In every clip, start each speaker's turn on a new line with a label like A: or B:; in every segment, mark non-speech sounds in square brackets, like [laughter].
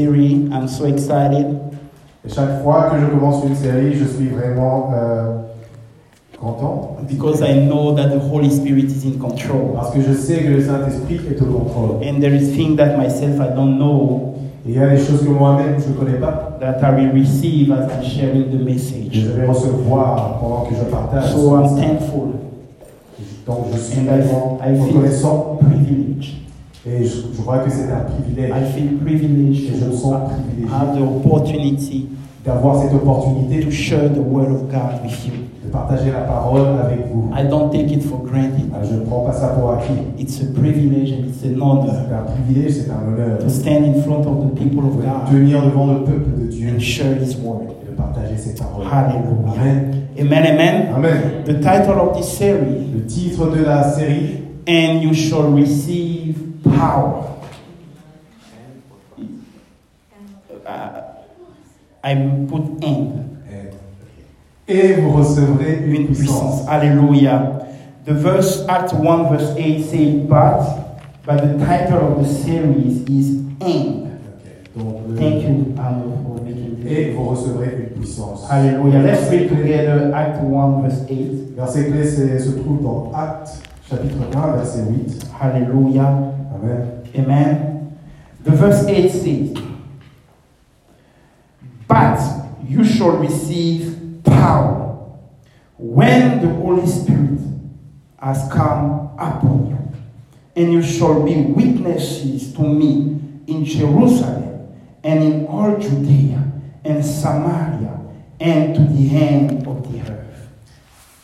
A: series. I'm so excited.
B: Et chaque fois que je commence une série, je suis vraiment euh, content.
A: because I know that the Holy Spirit is in control.
B: Parce que je sais que le Saint-Esprit est au contrôle.
A: And there is things that myself I don't know
B: Et il y a des choses que moi-même je ne connais pas,
A: that I will receive as I'm sharing the
B: que je
A: message.
B: vais recevoir pendant que je partage.
A: So I'm thankful,
B: Donc je suis
A: And I-
B: vraiment
A: I feel-
B: reconnaissant
A: privileged.
B: et je, je crois que c'est un
A: I
B: privilège
A: feel Ah.
B: et je me
A: privileged
B: sens
A: to
B: privilégié
A: have the opportunity
B: d'avoir cette opportunité
A: to share the Word of God with you.
B: de partager la parole avec vous. Ah,
A: I don't take it for granted.
B: Je ne prends pas ça pour acquis.
A: It's a privilege and it's an
B: C'est
A: honor
B: un privilège, c'est un honneur
A: to stand in front of the people of
B: de
A: God
B: venir devant le peuple de Dieu
A: and share His Word.
B: et de partager cette parole.
A: Hallelujah.
B: Amen.
A: Amen, amen.
B: Amen.
A: The title of this series
B: Le titre de la série,
A: and you shall receive power. Uh, I put in
B: est Et vous recevrez une
A: une
B: puissance.
A: puissance. Hallelujah. The verse, Act 1, verse 8 says, but, but the title of the series is end.
B: Donc, le-
A: Thank you, Amen, for making this.
B: Et vous recevrez une puissance.
A: Hallelujah. Let's read together Act 1, verse 8.
B: Verset clé c'est- se trouve dans Actes, chapitre 1, verset 8.
A: Hallelujah.
B: Amen.
A: Amen. The verse 8 says, But you shall receive power when the Holy Spirit has come upon you, and you shall be witnesses to me in Jerusalem and in all Judea and Samaria and to the end of the earth.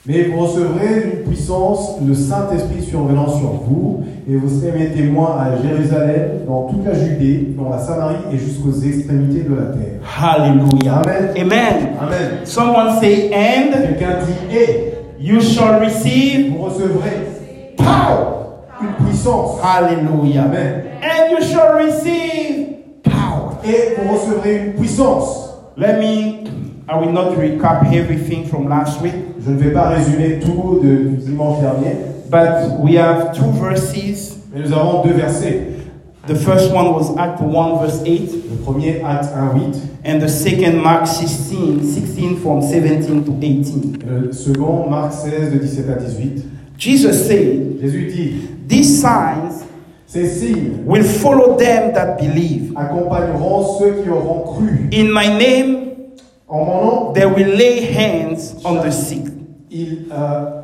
B: Mais vous recevrez une puissance, le Saint-Esprit survenant sur vous, et vous serez mes témoins à Jérusalem, dans toute la Judée, dans la Samarie et jusqu'aux extrémités de la terre.
A: Hallelujah.
B: Amen.
A: Amen.
B: Amen.
A: Someone say, And
B: Quelqu'un dit Et
A: you shall receive
B: vous recevrez power, une puissance.
A: Hallelujah.
B: Amen.
A: And you shall receive power.
B: Et Eh, vous recevrez une puissance.
A: Let me, I will not recap everything from last week,
B: Je ne vais pas résumer tout de, du dimanche dernier,
A: but we have two verses.
B: mais nous avons deux versets.
A: The first one was Act 1, verse 8,
B: Le premier, Acte 1, 8.
A: and the second, Mark 16, 16 from 17 to 18.
B: Le second, Marc 16, de 17 à 18.
A: Jesus said,
B: Jésus dit
A: These signs
B: Ces signes
A: will follow them that believe.
B: accompagneront ceux qui auront cru.
A: In my name,
B: En mon nom,
A: they will lay hands on the sick.
B: ils, euh,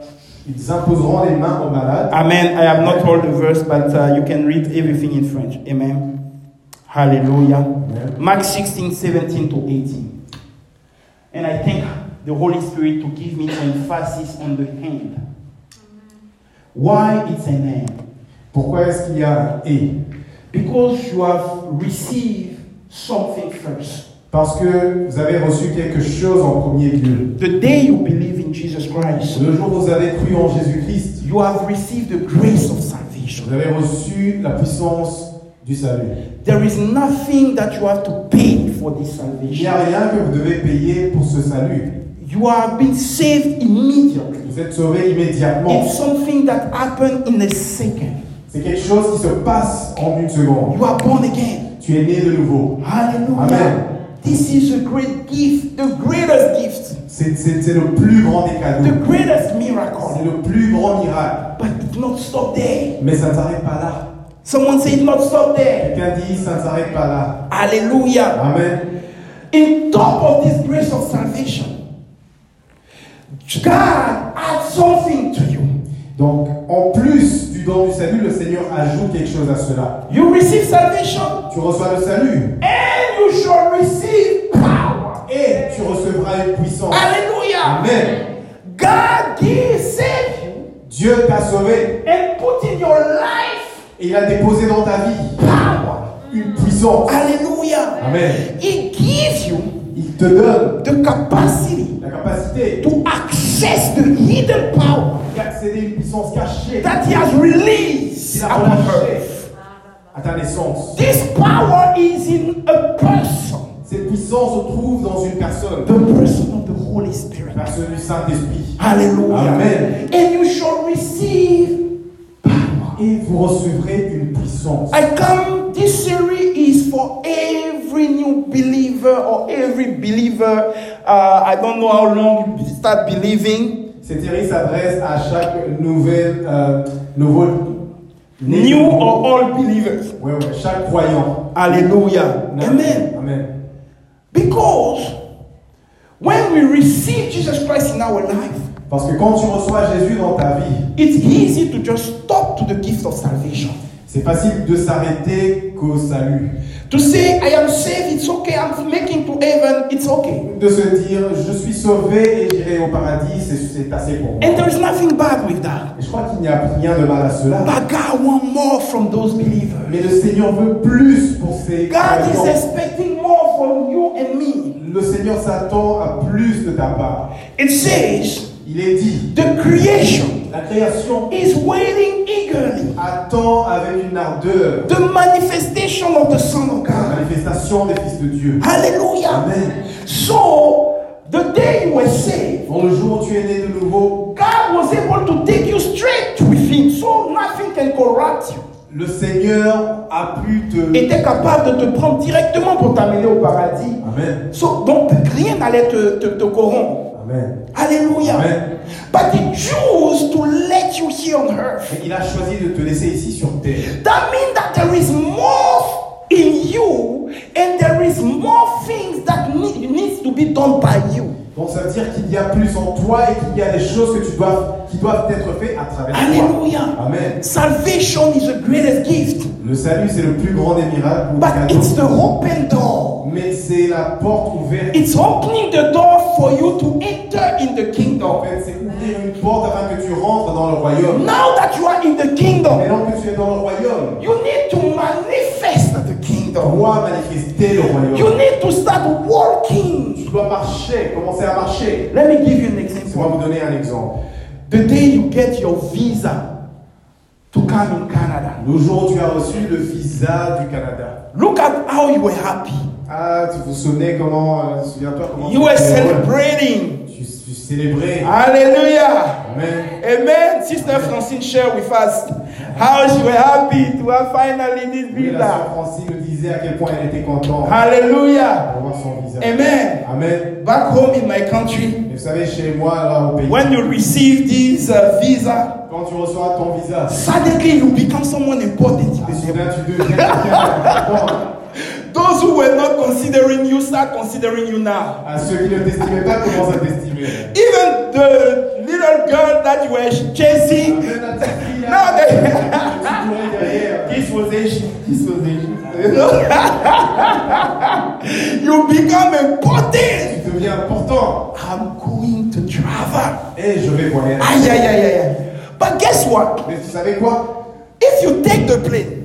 B: ils imposeront les mains aux malades.
A: Amen. I have not all the verse, but uh, you can read everything in French. Amen. Hallelujah.
B: Amen.
A: Mark 16, 17 to 18. And I thank the Holy Spirit to give me emphasis on the hand. Why it's an hand?
B: Pourquoi est-ce qu'il y a un et
A: Because you have received something first.
B: Parce que vous avez reçu quelque chose en premier lieu.
A: The day you believe in Jesus Christ,
B: Le jour où vous avez cru en Jésus-Christ,
A: you have received the grace of salvation.
B: vous avez reçu la puissance du salut.
A: There is nothing that you have to pay for this
B: Il n'y
A: salvation.
B: a rien que vous devez payer pour ce salut.
A: You have been saved immediately.
B: Vous êtes sauvé immédiatement.
A: It's something that happened in a second.
B: C'est quelque chose qui se passe en une seconde.
A: You are born again.
B: Tu es né de nouveau.
A: Hallelujah.
B: Amen.
A: This is a great gift, the greatest gift,
B: C'est c'est- c'est le plus grand des
A: the
B: cadeaux.
A: greatest
B: C'est
A: miracle.
B: le plus grand miracle.
A: But it not stop there.
B: Mais ça ne s'arrête pas là.
A: Someone say it not stop there.
B: Quelqu'un dit, ça ne s'arrête pas là.
A: Hallelujah.
B: Amen.
A: In top of this grace of salvation, God adds something to you.
B: Donc, en plus du don du salut, le Seigneur ajoute quelque chose à cela.
A: You receive salvation
B: Tu reçois le salut
A: and you shall receive power.
B: et tu recevras une puissance.
A: Hallelujah.
B: Amen.
A: God gives save you
B: Dieu t'a sauvé
A: and put in your life
B: et il a déposé dans ta vie
A: power.
B: une puissance.
A: Hallelujah.
B: Amen.
A: He gives you
B: Il te donne
A: the capacity
B: la capacité
A: to access the hidden power
B: d'accéder à une puissance cachée
A: that He has released
B: qu'il a
A: upon
B: relâchée
A: earth.
B: à ta naissance.
A: This power is in a person,
B: Cette puissance se trouve dans une personne,
A: the person of the Holy
B: la
A: Spirit.
B: personne du Saint-Esprit.
A: Hallelujah.
B: Amen.
A: And you shall receive power.
B: Et vous recevrez une puissance.
A: I come, this series is for every new believer or every believer. Uh, I don't know how long you start believing.
B: Cette série s'adresse à chaque nouvelle, euh, nouveau,
A: New or old believers.
B: Ouais, ouais, chaque croyant.
A: Hallelujah. Amen.
B: Amen.
A: Because when we receive Jesus Christ in our life,
B: Parce que quand tu reçois Jésus dans ta vie,
A: it's easy to just stop to the gift of salvation.
B: c'est facile de s'arrêter qu'au salut.
A: To say, I am saved, it's okay, I'm making to heaven, it's okay.
B: De se dire, je suis sauvé et j'irai au paradis, c'est- c'est assez pour moi.
A: And there is nothing bad with that.
B: Et je crois qu'il n'y a rien de mal à cela.
A: But God wants more from those believers.
B: Mais le Seigneur veut plus pour ses
A: God is
B: croyants.
A: expecting more from you and me.
B: Le Seigneur s'attend à plus de ta part.
A: It says,
B: Il est dit,
A: the creation
B: la création
A: is waiting eagerly
B: attend avec une ardeur
A: the manifestation of the Son of
B: la
A: God.
B: manifestation des fils de Dieu.
A: Hallelujah.
B: Amen.
A: So, the day you were saved,
B: Dans le jour où tu es né de nouveau,
A: God was able to take you straight with Him, so nothing can corrupt you.
B: le Seigneur a pu te...
A: était capable de te prendre directement pour t'amener au paradis.
B: Amen.
A: So, donc rien n'allait te, te, te corrompre.
B: Amen.
A: Alléluia.
B: Amen.
A: But he chose to let you here on earth.
B: Et il a choisi de te laisser ici sur terre.
A: That means that there is more in you and there is more things that need, needs to be done by you.
B: Donc ça veut dire qu'il y a plus en toi et qu'il y a des choses que tu dois, qui doivent être faites à travers
A: Alléluia.
B: toi. Amen.
A: Salvation is the greatest gift,
B: Le salut, c'est le plus grand des miracles.
A: but it's the open door.
B: Mais c'est la porte ouverte.
A: It's opening the door for you to enter in the
B: En
A: kingdom.
B: fait, c'est ouvrir une porte afin que tu rentres dans le royaume.
A: Now that you are in the kingdom,
B: Maintenant que tu es dans le royaume,
A: You need to manifest the
B: tu
A: kingdom.
B: dois manifester le
A: You
B: royaume.
A: need to start
B: Tu
A: walking.
B: dois marcher, commencer à marcher.
A: Let me give you an
B: On va
A: example.
B: vous donner un exemple.
A: The day you get your visa to come in Canada,
B: Le jour où tu as reçu le visa du Canada,
A: look at how you were happy.
B: ah, tu vous souvenez comment, euh, souviens-toi comment
A: You were
B: tu,
A: celebrating.
B: tu, tu célébrais.
A: Ah. Hallelujah.
B: Amen.
A: Amen. Sister Francine shared with us how she was happy to have finally this
B: Oui, la sœur
A: visa.
B: Francine nous disait à quel point elle était contente
A: Hallelujah.
B: d'avoir son visa.
A: Ah. Amen.
B: Amen.
A: Back home in my country,
B: Et vous savez, chez moi, là, au pays,
A: when you receive this uh, visa,
B: quand tu reçois ton visa,
A: Suddenly you become someone important.
B: Et soudain, tu deviens quelqu'un
A: Those who were not considering you start considering you now.
B: À ceux qui ne t'estimaient pas commencent à t'estimer.
A: Even the little girl that you were chasing,
B: Amen, la petite fille,
A: Non,
B: là,
A: mais-
B: [laughs] tu courais derrière.
A: this was Asian.
B: Qui s'osait
A: You know? You become important.
B: Tu deviens important.
A: I'm going to travel.
B: Et je vais voyager.
A: Ah. Aïe, aïe, aïe, aïe, aïe. But guess what?
B: Mais tu savais quoi
A: If you take the plane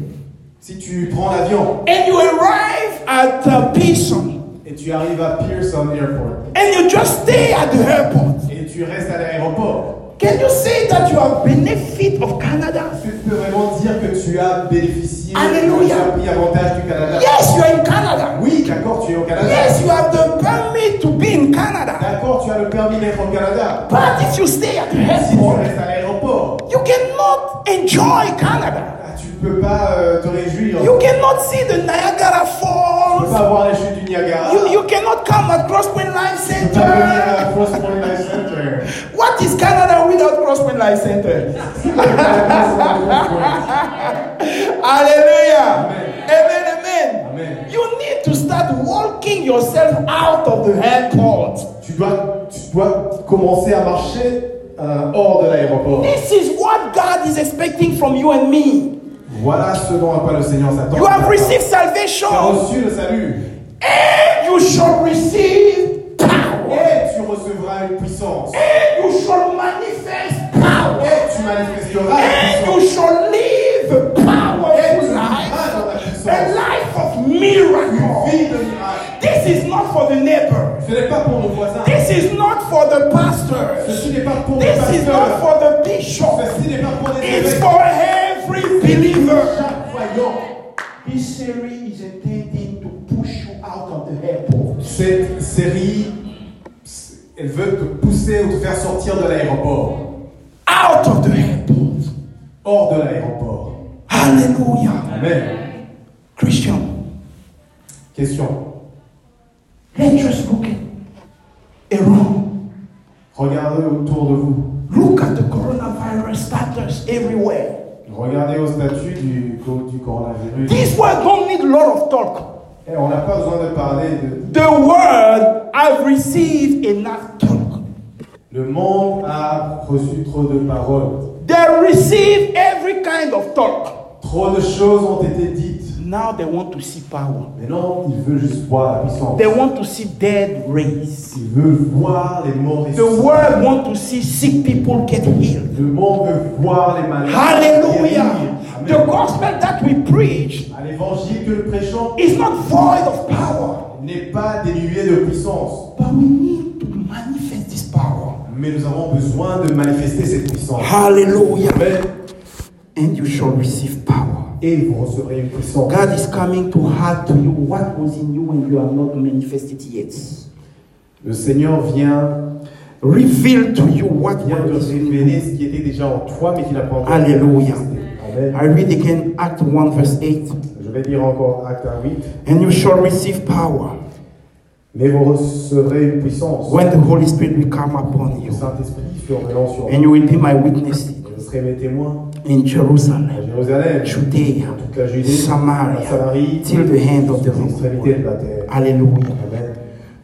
B: Si tu prends l'avion
A: and you arrive at uh, Pearson
B: et tu arrives à Pearson Airport
A: and you just stay at the airport,
B: et tu restes à l'aéroport,
A: can you say that you are benefit of Canada?
B: tu peux vraiment dire que tu as bénéficié
A: Alléluia.
B: tu as pris avantage du Canada
A: Yes, you are in Canada.
B: Oui, d'accord, tu es au Canada.
A: Yes, you have the permit to be in Canada.
B: D'accord, tu as le permis d'être au Canada.
A: But if you stay at the
B: Si tu
A: airport,
B: restes à l'aéroport,
A: you cannot enjoy Canada.
B: Ah, Tu peux pas euh, te réjouir.
A: You cannot see the Niagara
B: Tu peux
A: Falls.
B: pas voir les chutes du Niagara.
A: You, you cannot come at Crosspoint Life
B: Tu peux pas venir
A: Center.
B: à la Cross Point Life Center.
A: [laughs] What is Canada without Crosspoint Life Center?
B: C'est pas la
A: Hallelujah. Amen, amen.
B: Amen.
A: You need to start walking yourself out of the airport.
B: Tu dois, tu dois commencer à marcher euh, hors de l'aéroport.
A: This is what God is expecting from you and me.
B: Voilà ce dont à quoi le Seigneur s'attend.
A: You have received
B: Tu as
A: salvation.
B: reçu le salut.
A: And you shall receive power.
B: Et tu recevras une puissance.
A: And you shall manifest power.
B: Et tu manifesteras une
A: And
B: puissance.
A: you shall live
B: Et
A: powerful
B: tu
A: life.
B: vivras dans la
A: A
B: puissance.
A: life of
B: Une
A: miracle.
B: vie de miracle.
A: This is not for the neighbor.
B: Ce n'est pas pour nos voisins.
A: This is not for the pastors.
B: Ceci n'est pas pour les
A: This is not
B: pasteurs.
A: for the bishop.
B: Ceci n'est pas pour les
A: It's
B: évêques.
A: for every believer.
B: Chaque croyant.
A: This series is intended to push you out of the airport.
B: Cette série, elle veut te pousser ou te faire sortir de l'aéroport.
A: Out of the airport.
B: Hors de l'aéroport.
A: Hallelujah.
B: Amen.
A: Christian,
B: Question.
A: let's just look around.
B: Regardez autour de vous.
A: Look at the coronavirus status everywhere.
B: Regardez au statut du, co- du coronavirus.
A: This world don't need a lot of talk.
B: Eh, on n'a pas besoin de parler de...
A: The world have received enough talk.
B: Le monde a reçu trop de paroles.
A: They receive every kind of talk.
B: Trop de choses ont été dites.
A: Now they want to see power.
B: Maintenant, il veut juste voir la puissance.
A: They want to see dead raised.
B: Il veut voir les morts
A: The
B: ressuscités.
A: world want to see sick people get healed.
B: Le monde veut voir les malades.
A: Hallelujah.
B: guéris.
A: The
B: Amen.
A: gospel that we preach
B: À l'évangile que nous prêchons
A: is not void of power,
B: n'est pas dénué de puissance,
A: but we need to manifest this power.
B: mais nous avons besoin de manifester cette puissance.
A: Hallelujah.
B: Amen.
A: And you shall receive power.
B: Et vous recevrez une puissance.
A: God is coming to add to you what was in you when you have not manifested yet.
B: Le Seigneur vient,
A: Reveal to you what
B: vient de
A: was in you.
B: révéler ce qui était déjà en toi, mais qui n'a pas encore.
A: Alléluia.
B: Amen.
A: I read again Act 1, verse 8.
B: Je vais dire encore acte 8.
A: And you shall receive power
B: Mais vous recevrez une puissance.
A: when the Holy Spirit will come upon
B: Le
A: you.
B: Saint-Esprit fut venant sur
A: And
B: vous.
A: you will be my witnesses
B: Vous serez mes témoins
A: in
B: à
A: Jerusalem,
B: Jérusalem,
A: Judea,
B: dans toute la Judée,
A: Samaria,
B: la Samarie,
A: till the end of the
B: aux extrémités
A: world.
B: de la terre.
A: Hallelujah.
B: Amen.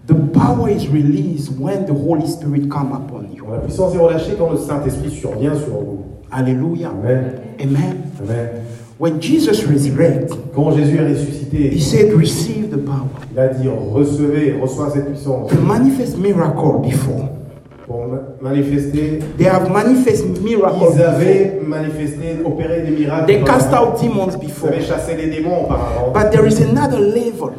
A: The power is released when the Holy Spirit come upon
B: Quand
A: you.
B: la puissance est relâchée, quand le Saint-Esprit survient sur vous.
A: Hallelujah.
B: Amen.
A: Amen.
B: Amen.
A: When Jesus resurrected,
B: Quand Jésus est
A: he
B: ressuscité,
A: said, receive the power.
B: il a dit recevez, reçois cette puissance
A: To manifest miracle before.
B: pour ma- manifester.
A: They have manifest miracles.
B: Ils
A: before.
B: avaient manifesté, opéré des miracles.
A: They
B: auparavant.
A: cast out demons
B: Ils
A: before.
B: avaient chassé les démons auparavant.
A: But there is another level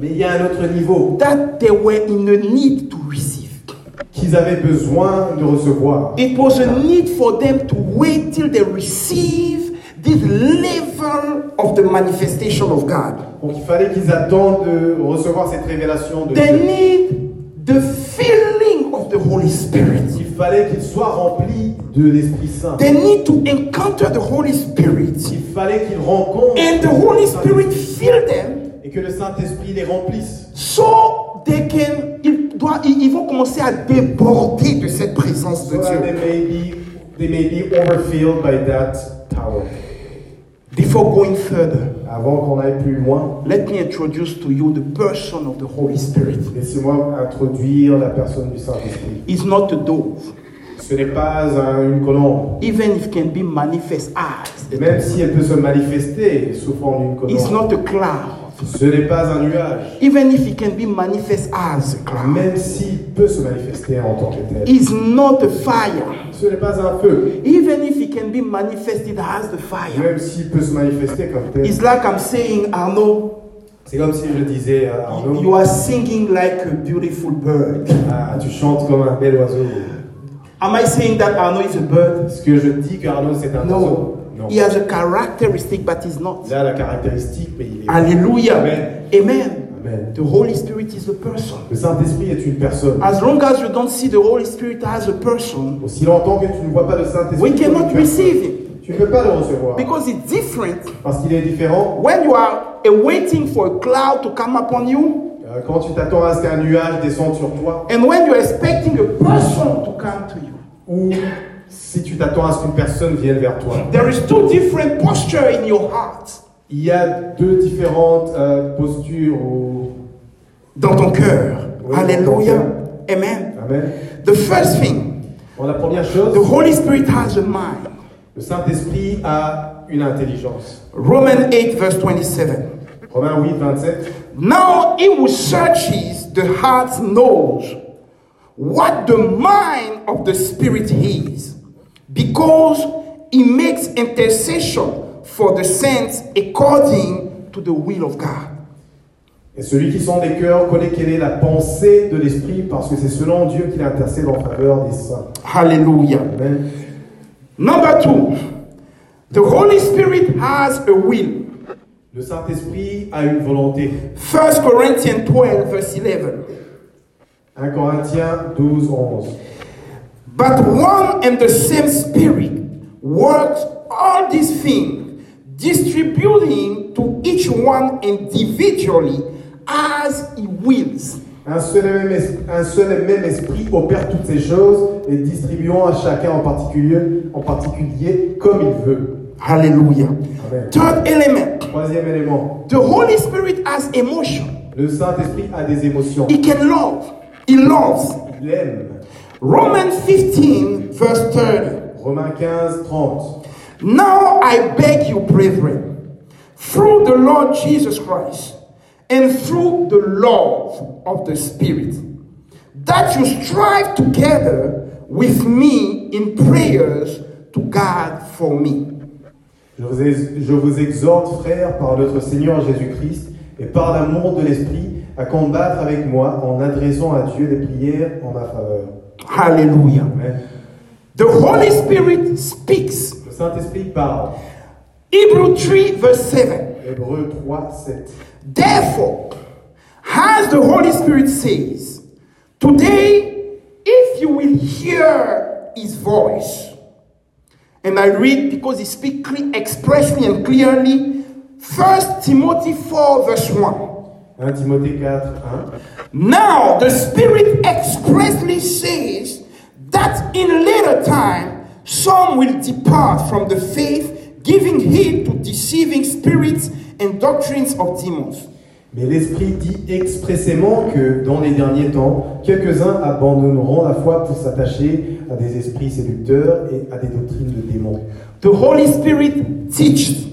B: Mais il y a un autre niveau
A: that they were in a need to receive.
B: qu'ils avaient besoin de recevoir.
A: It was a need for them to wait till they receive this level of the manifestation of God.
B: Donc il fallait qu'ils attendent de recevoir cette révélation de
A: They
B: Dieu.
A: need the filling of the Holy Spirit.
B: Il fallait qu'ils soient remplis de l'Esprit Saint.
A: They need to encounter the Holy Spirit.
B: Il fallait qu'ils rencontrent
A: And the Holy
B: le
A: Spirit
B: Saint-Esprit
A: fill them
B: et que le Saint-Esprit les remplisse.
A: so they can, ils, doivent- ils- ils vont commencer à déborder de cette présence de
B: So that they
A: Dieu.
B: may be, they may be overfilled by that power.
A: Before going further,
B: Avant qu'on aille plus loin,
A: Let me introduce to you the person of the Holy Spirit.
B: laissez-moi introduire la personne du Saint-Esprit.
A: He's not a dove,
B: Ce n'est pas un- une colombe,
A: even if can be manifest as the
B: même
A: dove.
B: si elle peut se manifester sous forme d'une
A: It's
B: colombe.
A: not a cloud,
B: Ce n'est pas un nuage,
A: even if it can be manifest as a cloud.
B: même s'il peut se manifester en tant que tel.
A: It's not a fire,
B: Ce n'est pas un feu,
A: even if it can be manifested as the fire.
B: même s'il peut se manifester comme tel.
A: It's like I'm saying, Arnaud,
B: C'est comme si je disais à
A: you you
B: Arnaud,
A: are singing like a beautiful bird.
B: ah, tu chantes comme un bel oiseau.
A: Am I saying that Arnaud is a bird?
B: Est-ce que je dis qu'Arnaud c'est un oiseau
A: No. He has a caracteristic, but he's not.
B: Il a la caractéristique, mais il est.
A: Hallelujah.
B: Amen.
A: Amen.
B: Amen.
A: The Holy Spirit is the person.
B: Le Saint-Esprit est une personne.
A: As long as you don't see the Holy Spirit as a person,
B: Aussi longtemps que tu ne vois pas le
A: we
B: Saint-Esprit, comme une
A: cannot
B: personne,
A: receive him
B: tu ne peux pas le recevoir.
A: because it's different.
B: Parce qu'il est différent.
A: When you are eh, waiting for a cloud to come upon you,
B: Euh, Quand tu t'attends à ce qu'un nuage descende sur toi,
A: and when you're expecting a person to come to you,
B: ou si tu t'attends à ce qu'une personne vienne vers toi,
A: there is two different posture in your heart,
B: il y a deux différentes euh, postures. Ou...
A: dans ton cœur.
B: Oui,
A: Hallelujah.
B: dans ton
A: Amen.
B: Amen.
A: The first thing,
B: Bon, la première chose,
A: the Holy Spirit has a mind.
B: le Saint-Esprit a une intelligence.
A: Romans 8, verse 27.
B: Romains 8, 27.
A: Now he who searches the heart knows what the mind of the Spirit is, because he makes intercession for the saints according to the will of God.
B: Et celui qui sent des cœurs connaît quelle est la pensée de l'esprit, parce que c'est selon Dieu qu'il intercède en faveur des saints.
A: Hallelujah.
B: Amen.
A: Number two, the Holy Spirit has a will.
B: Le Saint-Esprit a une volonté.
A: 1 Corinthians 12, verse 11.
B: 1 Corinthiens 12, 11.
A: But one and the same Spirit works all these things, distributing to each one individually as he wills.
B: Un seul, et même es- un seul et même esprit opère toutes ces choses et distribuant à chacun en particulier, en particulier comme il veut.
A: Hallelujah.
B: Amen.
A: Third element
B: Troisième élément,
A: the Holy Spirit has emotion.
B: le Saint-Esprit a des émotions.
A: He can love, He loves.
B: Il aime.
A: Romans 15, verse 30.
B: Romains 15, 30.
A: Now I beg you, brethren, through the Lord Jesus Christ and through the love of the Spirit, that you strive together with me in prayers to God for me.
B: Je vous, ex- je vous exhorte, frères, par notre Seigneur Jésus-Christ et par l'amour de l'Esprit, à combattre avec moi en adressant à Dieu des prières en ma faveur.
A: Hallelujah.
B: Amen.
A: The Holy Spirit speaks.
B: Le Saint-Esprit parle.
A: Hebrew 3, verse 7.
B: Hébreu 3, 7.
A: Therefore, as the Holy Spirit says, today, if you will hear his voice, and I read because he speaks cle- expressly and clearly, 1 Timothy 4, verse 1.
B: 1 Timothée 4, 1.
A: Now, the Spirit expressly says that in later time some will depart from the faith, giving heed to deceiving spirits and doctrines of demons.
B: Mais l'Esprit dit expressément que dans les derniers temps, quelques-uns abandonneront la foi pour s'attacher à des esprits séducteurs et à des doctrines de démons.
A: The Holy Spirit teaches.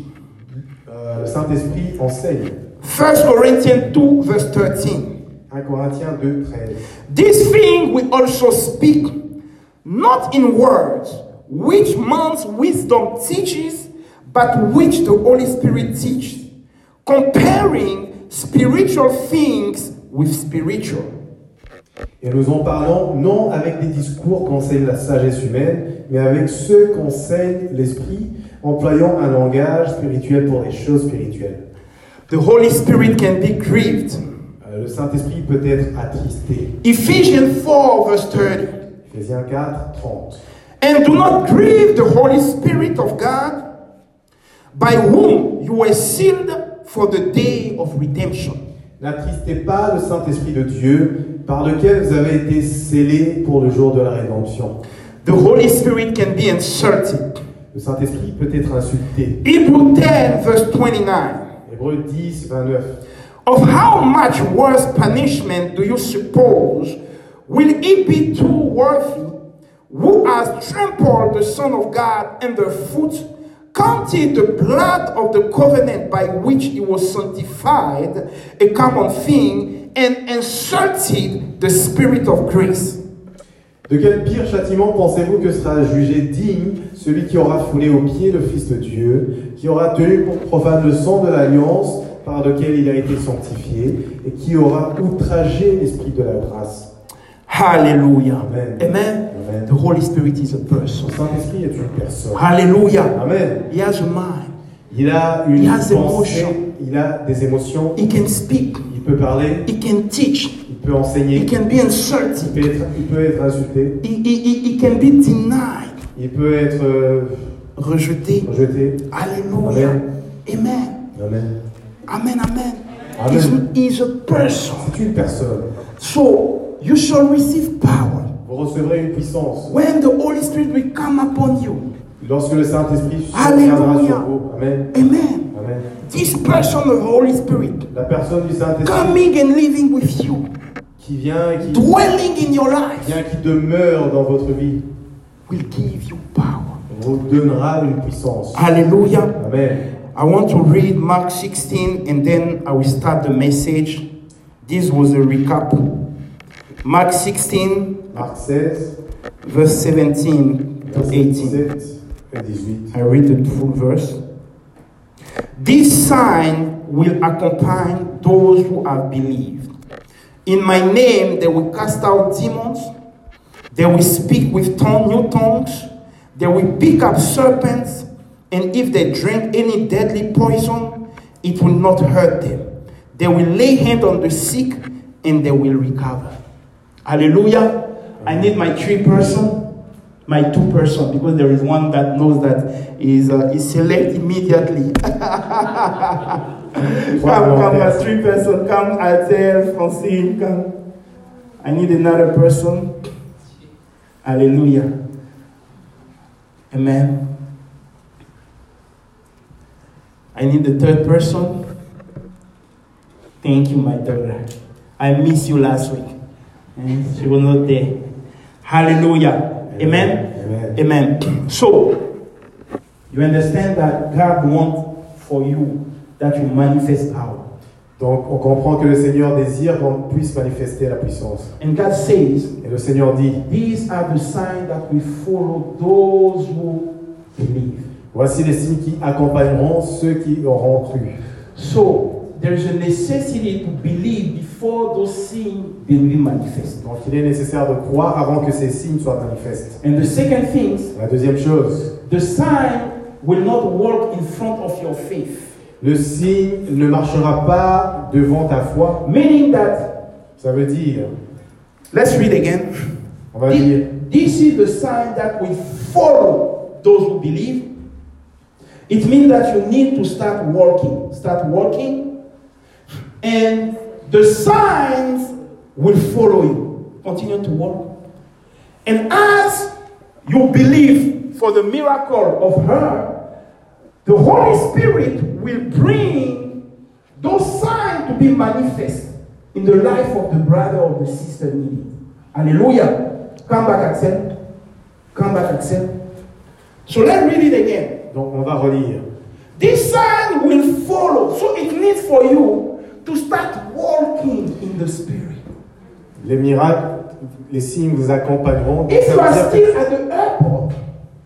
B: Euh, le Saint-Esprit enseigne.
A: 1 Corinthians 2, verse 13.
B: 1 Corinthiens 2, 13.
A: This thing we also speak, not in words, which man's wisdom teaches, but which the Holy Spirit teaches, comparing spiritual things with spiritual.
B: Et nous en parlons non avec des discours qu'enseigne la sagesse humaine, mais avec ceux qu'enseigne l'Esprit, employant un langage spirituel pour les choses spirituelles.
A: The Holy Spirit can be grieved.
B: Euh, le Saint-Esprit peut être attristé.
A: Ephesians 4, verse 30.
B: Ephésiens 4, 30.
A: And do not grieve the Holy Spirit of God, by whom you were sealed for the day of redemption.
B: N'attristez pas le Saint-Esprit de Dieu, par lequel vous avez été scellés pour le jour de la rédemption.
A: The Holy Spirit can be insulted.
B: Le Saint-Esprit peut être insulté.
A: Hebrew 10, verse 29.
B: Hébreux 10, 29.
A: Of how much worse punishment do you suppose will it be too worthy who has trampled the Son of God underfoot, counted the blood of the covenant by which he was sanctified a common thing, and insulted the Spirit of grace?
B: De quel pire châtiment pensez-vous que sera jugé digne celui qui aura foulé aux pieds le Fils de Dieu, qui aura tenu pour profane le sang de l'alliance par lequel il a été sanctifié, et qui aura outragé l'Esprit de la grâce
A: Hallelujah.
B: Amen. Amen.
A: The Holy Spirit is a person.
B: Le Saint-Esprit est une personne.
A: Hallelujah.
B: Amen.
A: He has a mind.
B: Il a une
A: Il a des
B: pensée,
A: émotions.
B: il a des émotions,
A: He can speak.
B: il peut parler,
A: He can teach.
B: il peut enseigner,
A: He can be
B: il
A: insulted.
B: peut être, il peut être insulté,
A: He, he, he, he can be denied.
B: il peut être euh,
A: Rejeté.
B: rejeté.
A: Hallelujah. Amen.
B: Amen.
A: Amen. Amen.
B: Amen.
A: He's, he's a person.
B: C'est une personne.
A: So you shall receive power
B: Vous recevrez une puissance.
A: when the Holy Spirit will come upon you.
B: Lorsque le Saint-Esprit viendra
A: Alléluia.
B: sur vous, Amen.
A: Amen.
B: Amen.
A: This person, the Holy Spirit,
B: La personne du Saint-Esprit
A: coming and living with you,
B: qui vient et qui,
A: dwelling in your life,
B: vient, qui demeure dans votre vie,
A: will give you power.
B: vous donnera une puissance.
A: Hallelujah.
B: Amen.
A: I want to read Mark 16 and then I will start the message. This was a recap. Mark 16,
B: Marc 16,
A: verse 17 to
B: verset
A: 18.
B: 17 et 18.
A: I read the full verse. This sign will accompany those who have believed. In my name, they will cast out demons. They will speak with tongue, new tongues. They will pick up serpents. And if they drink any deadly poison, it will not hurt them. They will lay hands on the sick and they will recover. Hallelujah. I need my three person. my two person because there is one that knows that is uh, is select immediately. [laughs] come, come, my three person, come, I tell Francine, come. I need another person. Hallelujah. Amen. I need the third person. Thank you, my daughter. I missed you last week. And she was not there. Hallelujah. Amen.
B: Amen.
A: Amen. [clears throat] So, you understand that God wants for you that you manifest power.
B: Donc on comprend que le Seigneur désire qu'on puisse manifester la puissance.
A: And God says,
B: Et le Seigneur dit,
A: These are the signs that will follow those who believe.
B: voici les signes qui accompagneront ceux qui auront cru.
A: So, there is a necessity to believe before those signs they will manifest.
B: Donc il est nécessaire de croire avant que ces signes soient manifestes.
A: And the second thing,
B: La deuxième chose,
A: the sign will not work in front of your faith.
B: le signe ne marchera pas devant ta foi.
A: Meaning that,
B: Ça veut dire,
A: let's read again.
B: on va dire,
A: This is the sign that will follow those who believe. It means that you need to start working. Start working. And the signs will follow you. Continue to work. And as you believe for the miracle of her, the Holy Spirit will bring those signs to be manifest in the life of the brother or the sister needing. Hallelujah. Come back, Axel. Come back, Axel. So let's read it again.
B: donc on va relire.
A: This sign will follow. So it needs for you to start walking in the spirit.
B: Les miracles, les signes vous accompagneront. Donc,
A: If
B: ça
A: you
B: veut
A: are
B: dire que
A: still at the airport,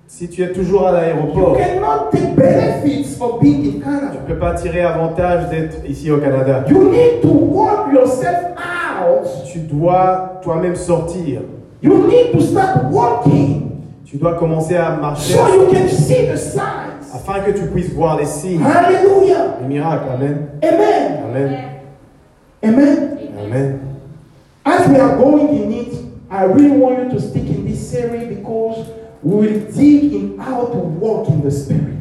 B: si tu es toujours à
A: you
B: l'aéroport,
A: cannot take benefits for being in
B: tu
A: Canada.
B: ne peux pas tirer avantage d'être ici au Canada.
A: You need to work yourself out.
B: Tu dois toi-même sortir.
A: You need to start walking
B: Tu dois commencer à marcher
A: so you can see the signs.
B: afin que tu puisses voir les signes,
A: Hallelujah.
B: les miracles. Amen.
A: Amen.
B: Amen.
A: Amen.
B: Amen.
A: As we are going in it, I really want you to stick in this series because we will dig in how to walk in the spirit.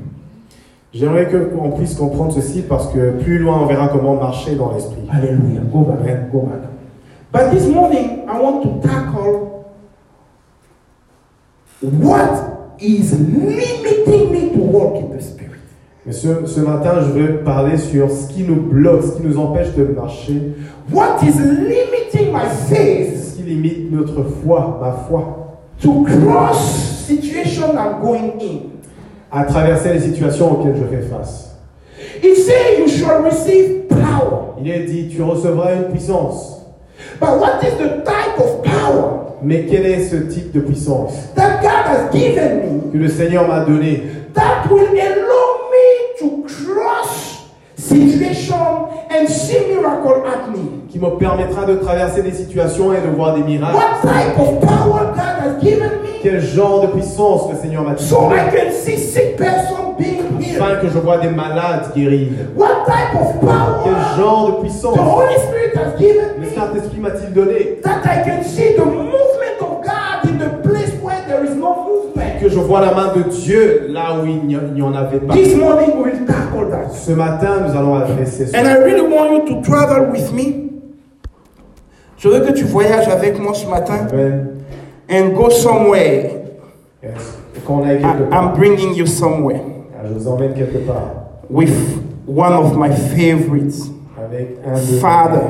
B: J'aimerais que- qu'on puisse comprendre ceci parce que plus loin, on verra comment marcher dans l'esprit.
A: Hallelujah. Go back,
B: Amen.
A: Go back. But this morning, I want to tackle what is limiting me to walk in the spirit.
B: Mais ce, ce matin, je veux parler sur ce qui nous bloque, ce qui nous empêche de marcher,
A: What is limiting my faith
B: ce qui limite notre foi, ma foi,
A: to cross situation I'm going in?
B: à traverser les situations auxquelles je fais face.
A: He said you shall receive power.
B: Il est dit, tu recevras une puissance.
A: But what is the type of power?
B: Mais quel est ce type de puissance
A: that God has given me
B: que le Seigneur m'a donné
A: that will allow me to cross situation and see miracle at me.
B: qui me permettra de traverser des situations et de voir des miracles.
A: What type of power God has given me
B: Quel genre de puissance le Seigneur m'a
A: so
B: donné
A: I can see sick person being healed?
B: afin que je vois des malades guéris.
A: What type of
B: Quel
A: power
B: genre de
A: the
B: puissance
A: Holy Spirit has given
B: le
A: me
B: Saint-Esprit m'a-t-il donné
A: that I can see the movement of God in the place where there is no movement?
B: Que je vois la main de Dieu là où il n'y il n'y en avait pas.
A: This morning we will tackle that.
B: Ce matin, nous allons adresser
A: And I
B: cela.
A: really want you to travel with me. Je veux que tu voyages avec moi ce matin.
B: Amen.
A: And go somewhere.
B: Yes. Et Qu'on aille
A: I-
B: quelque
A: I'm
B: part.
A: bringing you somewhere
B: Je vous emmène quelque part
A: with one of my favorites,
B: avec un de
A: Father.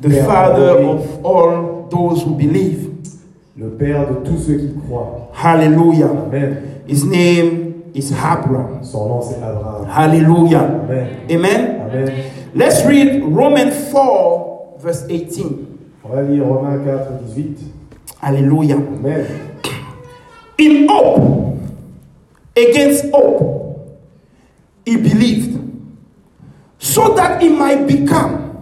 A: the
B: Yeah.
A: father of all those who believe.
B: le Père de tous ceux qui croient.
A: Hallelujah.
B: Amen.
A: His name is Abraham.
B: Son nom c'est Abraham.
A: Hallelujah.
B: Amen.
A: Amen.
B: Amen.
A: Let's read Romans 4, verse 18.
B: On va lire Romains 4, 18.
A: Hallelujah.
B: Amen.
A: In hope, against hope, he believed, so that he might become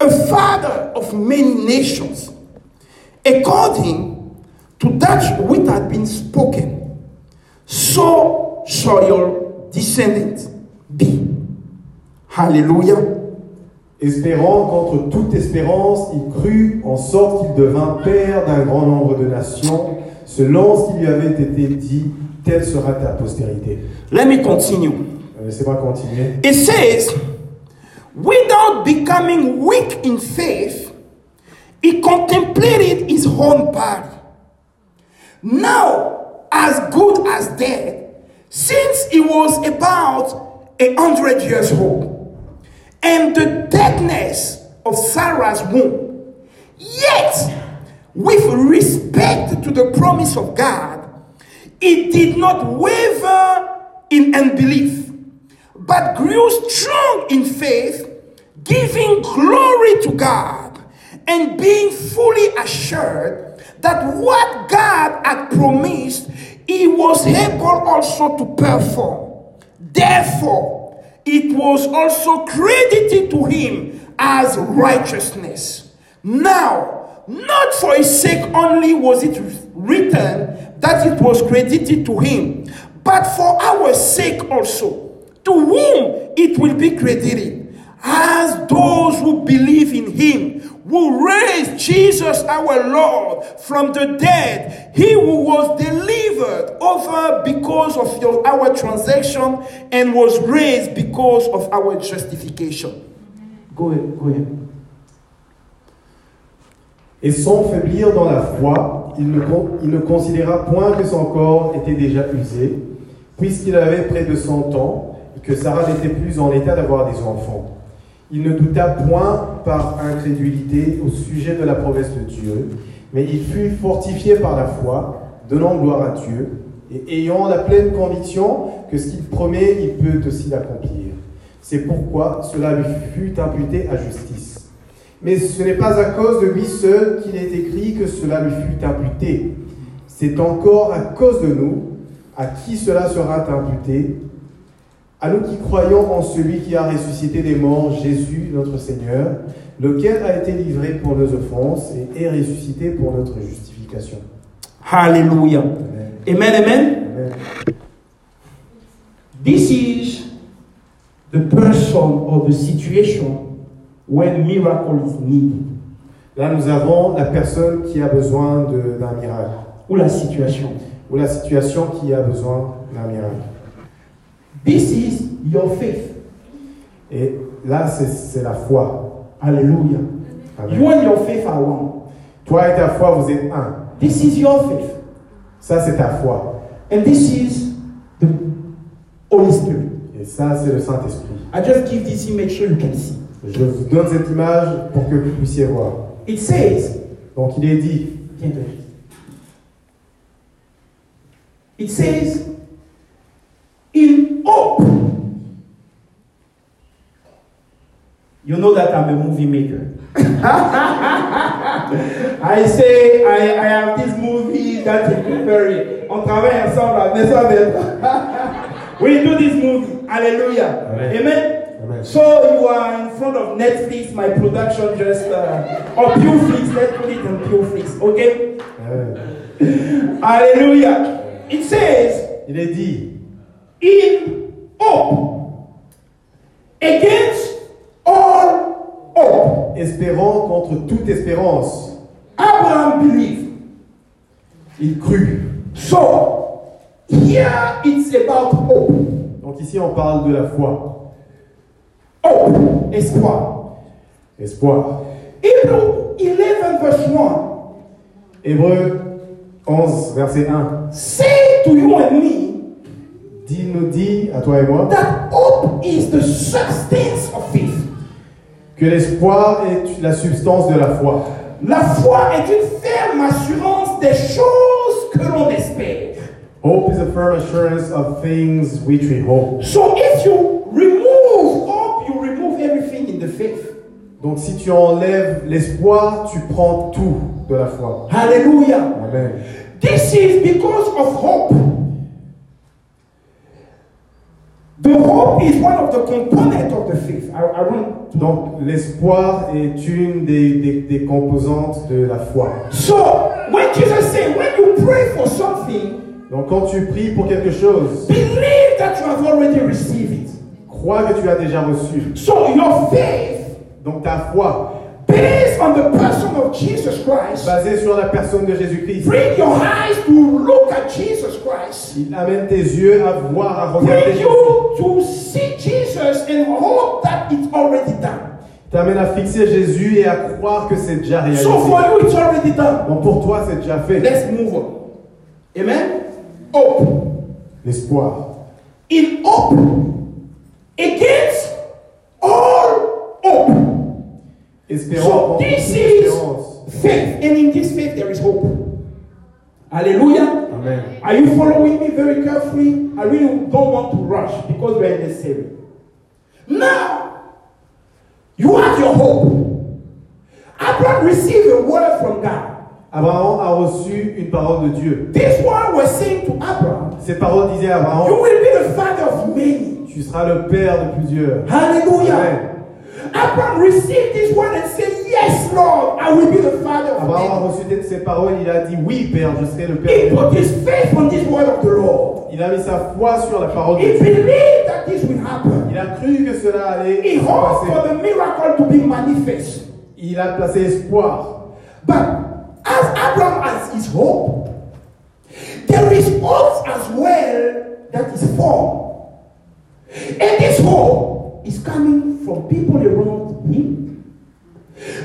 A: a father of many nations, according to that which had been spoken. So shall your descendants be. Hallelujah.
B: Espérant contre toute espérance, il crut en sorte qu'il devint père d'un grand nombre de nations, Selon ce qui lui avait été dit, telle sera ta postérité.
A: Let me continue.
B: Euh, Laissez-moi continuer.
A: It says, without becoming weak in faith, he contemplated his own body. Now, as good as dead, since he was about a hundred years old, and the deadness of Sarah's womb, yet with respect to the promise of God, he did not waver in unbelief, but grew strong in faith, giving glory to God and being fully assured that what God had promised, he was able also to perform. Therefore, it was also credited to him as righteousness. Now, not for his sake only was it written that it was credited to him, but for our sake also, to whom it will be credited, as those who believe in him, who raised Jesus our Lord from the dead, he who was delivered over because of your, our transaction and was raised because of our justification. Go ahead, go ahead.
B: Et sans faiblir dans la foi, il ne, con- il ne considéra point que son corps était déjà usé, puisqu'il avait près de 100 ans et que Sarah n'était plus en état d'avoir des enfants. Il ne douta point par incrédulité au sujet de la promesse de Dieu, mais il fut fortifié par la foi, donnant gloire à Dieu et ayant la pleine conviction que ce qu'il promet, il peut aussi l'accomplir. C'est pourquoi cela lui fut imputé à justice. Mais ce n'est pas à cause de lui seul qu'il est écrit que cela lui fut imputé. C'est encore à cause de nous à qui cela sera imputé. À nous qui croyons en celui qui a ressuscité des morts, Jésus notre Seigneur, lequel a été livré pour nos offenses et est ressuscité pour notre justification.
A: Hallelujah.
B: Amen.
A: Amen, amen.
B: Amen.
A: This is the person or the situation when miracle is needed.
B: Là, nous avons la personne qui a besoin de- d'un miracle,
A: Ou la situation.
B: ou la situation qui a besoin d'un miracle.
A: This is your faith.
B: Et là, c'est- c'est la foi.
A: Hallelujah.
B: Amen.
A: You and your faith are one.
B: Toi et ta foi, vous êtes un.
A: This is your faith.
B: Ça, c'est ta foi.
A: And this is the Holy Spirit.
B: Et ça, c'est le Saint-Esprit.
A: I just give this image so you can see.
B: Je vous donne cette image pour que vous puissiez voir.
A: It says,
B: Donc, il est dit,
A: Tiens, toi. it says, in hope. You know that I'm a movie maker. [laughs] I say I, I have this movie that is preparing. On travaille ensemble à maison de- [laughs] We do this movie. Hallelujah.
B: Amen. Amen.
A: So you are in front of Netflix. My production just uh, or Pewflix. Let's put it on Pewflix. Okay.
B: euh,
A: Hallelujah. It says
B: il est dit,
A: in hope against all hope.
B: espérant contre toute espérance,
A: Abraham believed.
B: il crut.
A: So, here it's about hope.
B: Donc, ici, on parle de la foi,
A: Hope, espoir.
B: espoir.
A: Hebrew 11, verse 1
B: Hébreu 11, verset 1,
A: say to you and me
B: dit, nous dit à toi et moi
A: that hope is the substance of faith.
B: que l'espoir est la substance de la foi.
A: La foi est une ferme assurance des choses que l'on espère.
B: Hope is a firm assurance of things which we hope.
A: So, if you remove hope, you remove everything in the faith.
B: Donc si tu enlèves l'espoir, tu prends tout de la foi.
A: Hallelujah.
B: Amen.
A: This is because of hope. The hope is one of the components of the faith. I, I want to-
B: Donc l'espoir est une des, des- des composantes de la foi.
A: So, when Jesus said, when you pray for something,
B: Donc quand tu pries pour quelque chose,
A: believe that you have already received it.
B: crois que tu as déjà reçu.
A: So, your faith,
B: Donc ta foi,
A: based on the person of of Jesus Christ,
B: basé sur la personne de Jésus-Christ.
A: bring your eyes to look at Jesus Christ.
B: Il amène tes yeux à voir, à regarder.
A: Bring
B: Jésus.
A: you to see Jesus and hope that it's already done.
B: T'amène à fixer Jésus et à croire que c'est déjà réalisé.
A: So for you, it's already done.
B: Donc pour toi, c'est déjà fait.
A: Let's move on. Amen? Hope.
B: L'espoir.
A: In hope, against all hope,
B: Espérance.
A: So this is-
B: Espérance.
A: faith. And in this faith, there is hope. Hallelujah.
B: Amen.
A: Are you following me very carefully? I really don't want to rush because we're in this series. Now, you have your hope. Abraham received a word from God.
B: Abraham a reçu une parole de Dieu.
A: This one was saying to Abraham,
B: Ces paroles disaient à
A: You
B: Abraham,
A: will be the father of many.
B: tu seras le père de plusieurs.
A: Hallelujah.
B: Amen.
A: Abraham received this word and said, Yes, Lord, I will be the father of
B: Abraham a
A: many.
B: reçu de ces paroles, il a dit, oui père, je serai le
A: He
B: père. de
A: put his faith on this word of the Lord.
B: Il a mis sa foi sur la parole de
A: He
B: Dieu.
A: believed that this will happen.
B: Il a cru que cela allait
A: He
B: se
A: hoped for
B: passer.
A: the miracle to be manifest.
B: Il a placé espoir.
A: But as Abraham has his hope, there is hope as well that is formed. And this hope is coming from people around him.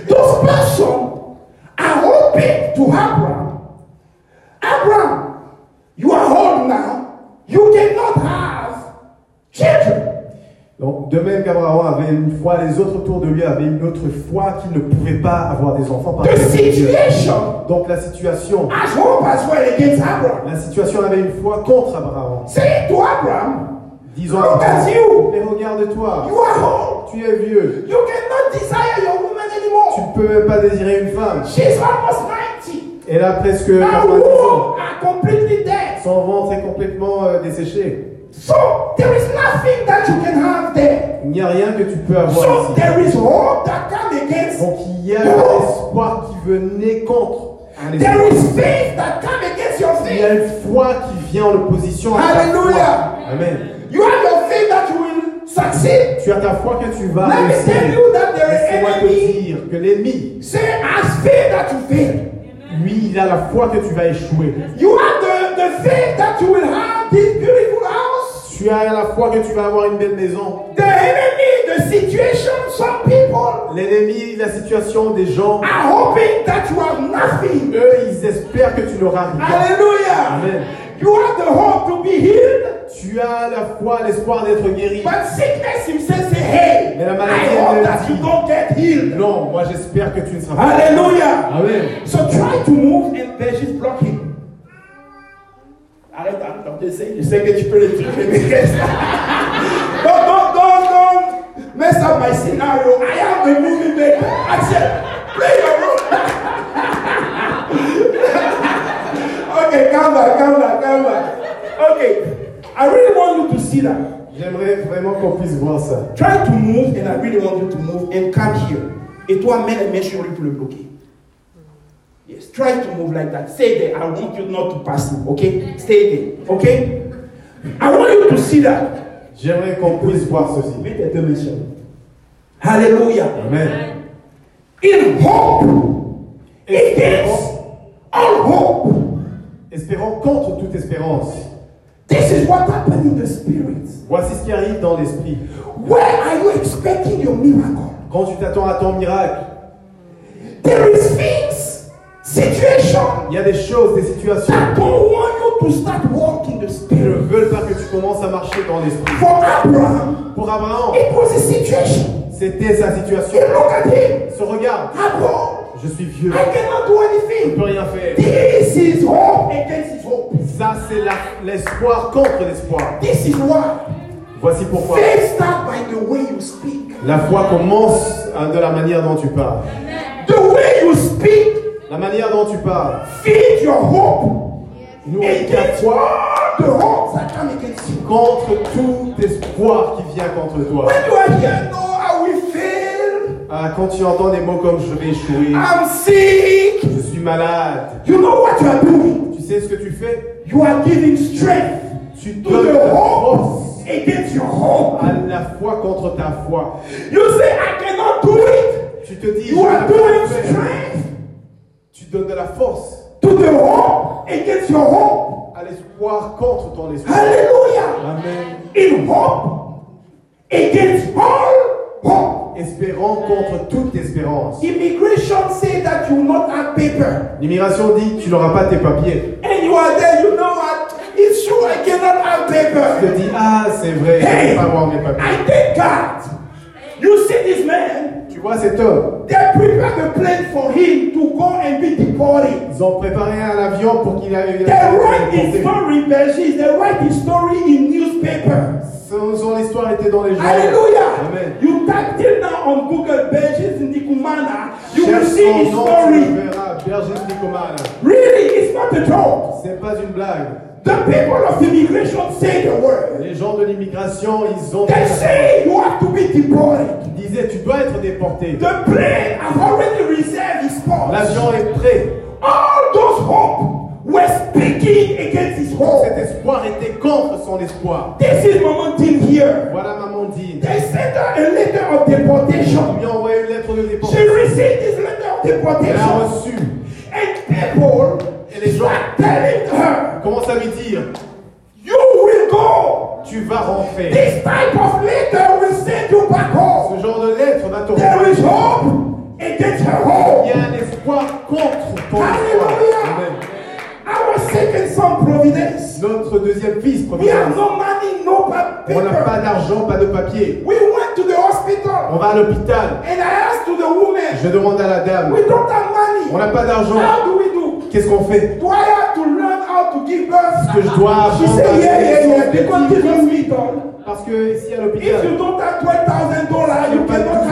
A: Those persons are hoping to Abraham. Abraham, you are old now. You cannot have children.
B: Donc, de même qu'Abraham avait une foi, les autres autour de lui avaient une autre foi qu'ils ne pouvaient pas avoir des enfants par
A: The
B: la foi de Dieu.
A: situation
B: Donc la situation,
A: has hope as well against Abraham.
B: la situation avait une foi contre Abraham.
A: Say to Abraham,
B: Disons à
A: Look at you.
B: Abraham, mais regarde-toi,
A: You are old.
B: tu es vieux,
A: You cannot desire your woman
B: Tu
A: anymore.
B: ne peux même pas désirer une femme.
A: She's almost 90.
B: Elle a presque
A: Her
B: 90 ans.
A: womb are completely dead.
B: Son ventre est complètement euh, desséché.
A: So there is nothing that you can have there.
B: Il n'y a rien que tu peux avoir
A: So
B: ici.
A: there is hope that comes against.
B: Donc il y a un espoir qui venait contre. un espoir.
A: There is faith that comes against your
B: Il y a
A: faith.
B: une foi qui vient en opposition à ta foi.
A: Alléluia.
B: Amen.
A: You have your faith that you will succeed.
B: Tu as ta foi que tu vas
A: Let me
B: réussir.
A: tell you that there is
B: Laisse-moi
A: enemy.
B: te dire que l'ennemi,
A: Say, as faith that you fail.
B: lui, il a la foi que tu vas échouer.
A: You have the, the faith that you will have this beautiful house.
B: Tu as la foi que tu vas avoir une belle maison.
A: The enemy, the situation, some people
B: L'ennemi, la situation des gens,
A: are hoping that you have nothing.
B: eux, ils espèrent que tu n'auras rien.
A: Hallelujah.
B: Amen.
A: You have the hope to be healed,
B: Tu as la foi, l'espoir d'être guéri.
A: but sickness himself say, hey,
B: Mais la
A: I
B: maladie,
A: hope
B: elle
A: that you
B: dit-
A: don't get healed.
B: Non, moi j'espère que tu ne seras pas.
A: Hallelujah.
B: Amen.
A: So try to move and there she's blocking. Arrête, arrête, donc je sais, je sais que tu peux le truc, mais qu'est-ce que- [laughs] Don't, don't, don't, don't mess up my scenario. I am the movie maker. Axel, play your role. [laughs] okay, calm down, calm down, calm down. Okay, I really want you to see that.
B: J'aimerais vraiment qu'on puisse voir ça.
A: Try to move, and I really want you to move and come here. Et toi, mets les mains sur lui pour le bloquer. Yes, try to move like that. Stay there. I want you not to pass him, okay? Stay there, okay? I want you to see that.
B: J'aimerais qu'on puisse voir ceci.
A: Mets tes deux mains sur lui. Hallelujah.
B: Amen.
A: In hope, against all hope.
B: Espérons contre toute espérance.
A: This is what happened in the spirit.
B: Voici ce qui arrive dans l'esprit.
A: Where are you expecting your miracle?
B: Quand tu t'attends à ton miracle,
A: There is things, situation,
B: il y a des choses, des situations
A: that don't want you to start walking the
B: qui ne
A: spirit.
B: veulent pas que tu commences à marcher dans l'esprit.
A: For Abraham,
B: Pour Abraham,
A: it was a situation.
B: c'était sa situation.
A: You look at him,
B: Se regarde,
A: Abraham,
B: je suis
A: I
B: vieux, je
A: cannot do
B: ne
A: anything.
B: peux rien faire.
A: This is hope against his hope.
B: Ça, c'est la- l'espoir contre l'espoir.
A: This is why
B: Voici pourquoi.
A: faith starts by the way you speak.
B: La foi commence hein, de la manière dont tu parles.
A: The way you speak
B: La manière dont tu parles.
A: feeds your hope
B: nourrit ta
A: against
B: foi
A: all the hopes that come against you.
B: contre tout espoir qui vient contre toi.
A: When you are here, no, I will fail.
B: Ah, quand tu entends des mots comme je vais échouer,
A: I'm sick.
B: je suis malade,
A: You know what you are doing?
B: tu sais ce que tu fais
A: You are giving strength
B: Tu
A: to the
B: donnes ta force
A: hope against your hope.
B: à la foi contre ta foi.
A: You say, I cannot do it.
B: Tu te dis,
A: You
B: je
A: are
B: ne peux pas
A: doing
B: le faire.
A: strength your hope.
B: à l'espoir contre ton espoir.
A: Hallelujah.
B: Amen.
A: In hope, against all hope.
B: Espérant contre toute espérance.
A: Immigration say that you will not have paper.
B: L'immigration dit, tu n'auras pas tes papiers.
A: And you are there, you know what? It's true, I cannot have
B: Tu
A: paper.
B: te dis, ah, c'est vrai, je ne
A: Hey,
B: vais pas avoir mes papiers.
A: I thank God. You see this man,
B: Tu vois cet homme,
A: they prepare the plane for him to go and be deported.
B: ils ont préparé un avion pour qu'il arrive.
A: They write his story, Belgians, they write his story in newspaper.
B: Son, son histoire était dans les journaux.
A: Hallelujah!
B: Amen.
A: You type till now on Google Belgians in the Kumana, you will
B: Cherche
A: see
B: son
A: his
B: nom, tu le
A: story.
B: verras. Virgin Nicomana.
A: Really, it's not a joke.
B: C'est pas une blague.
A: The people of immigration say the word.
B: Les gens de l'immigration, ils ont.
A: They say you have to be deported.
B: Ils disaient, tu dois être déporté.
A: The plane has already reserved his spot.
B: L'avion est prêt.
A: All those hope were speaking against his
B: Cet
A: hope.
B: espoir était contre son espoir.
A: This is Mama Dean here.
B: Voilà maman dit.
A: They sent her a letter of deportation.
B: On lui a envoyé une lettre de
A: She
B: déportation.
A: received this letter of
B: Elle a
A: deportation.
B: reçu.
A: And people
B: Et les gens
A: start telling her,
B: commencent à lui dire,
A: you will go.
B: tu vas rentrer.
A: This type of letter will send you back home.
B: Ce genre de lettre va te
A: There is hope against her hope.
B: Il y a un espoir contre ton espoir. Amen.
A: Hallelujah! I was seeking some providence.
B: Notre deuxième fils,
A: We have
B: providence.
A: no money, no pa-
B: On n'a pas
A: paper.
B: d'argent, pas de papier.
A: We went to the hospital
B: On va à l'hôpital.
A: and I asked to the woman,
B: Je demande à la dame,
A: we don't have
B: on
A: money.
B: n'a pas d'argent.
A: How do we do?
B: Qu'est-ce qu'on fait
A: Do I have to learn how to give birth?
B: Que je dois
A: She
B: apprendre
A: said, yeah, yeah,
B: à
A: yeah, because this hospital,
B: Parce que ici à
A: if you
B: l'hôpital,
A: don't have $12,000, you
B: tu peux pas, ah,
A: cannot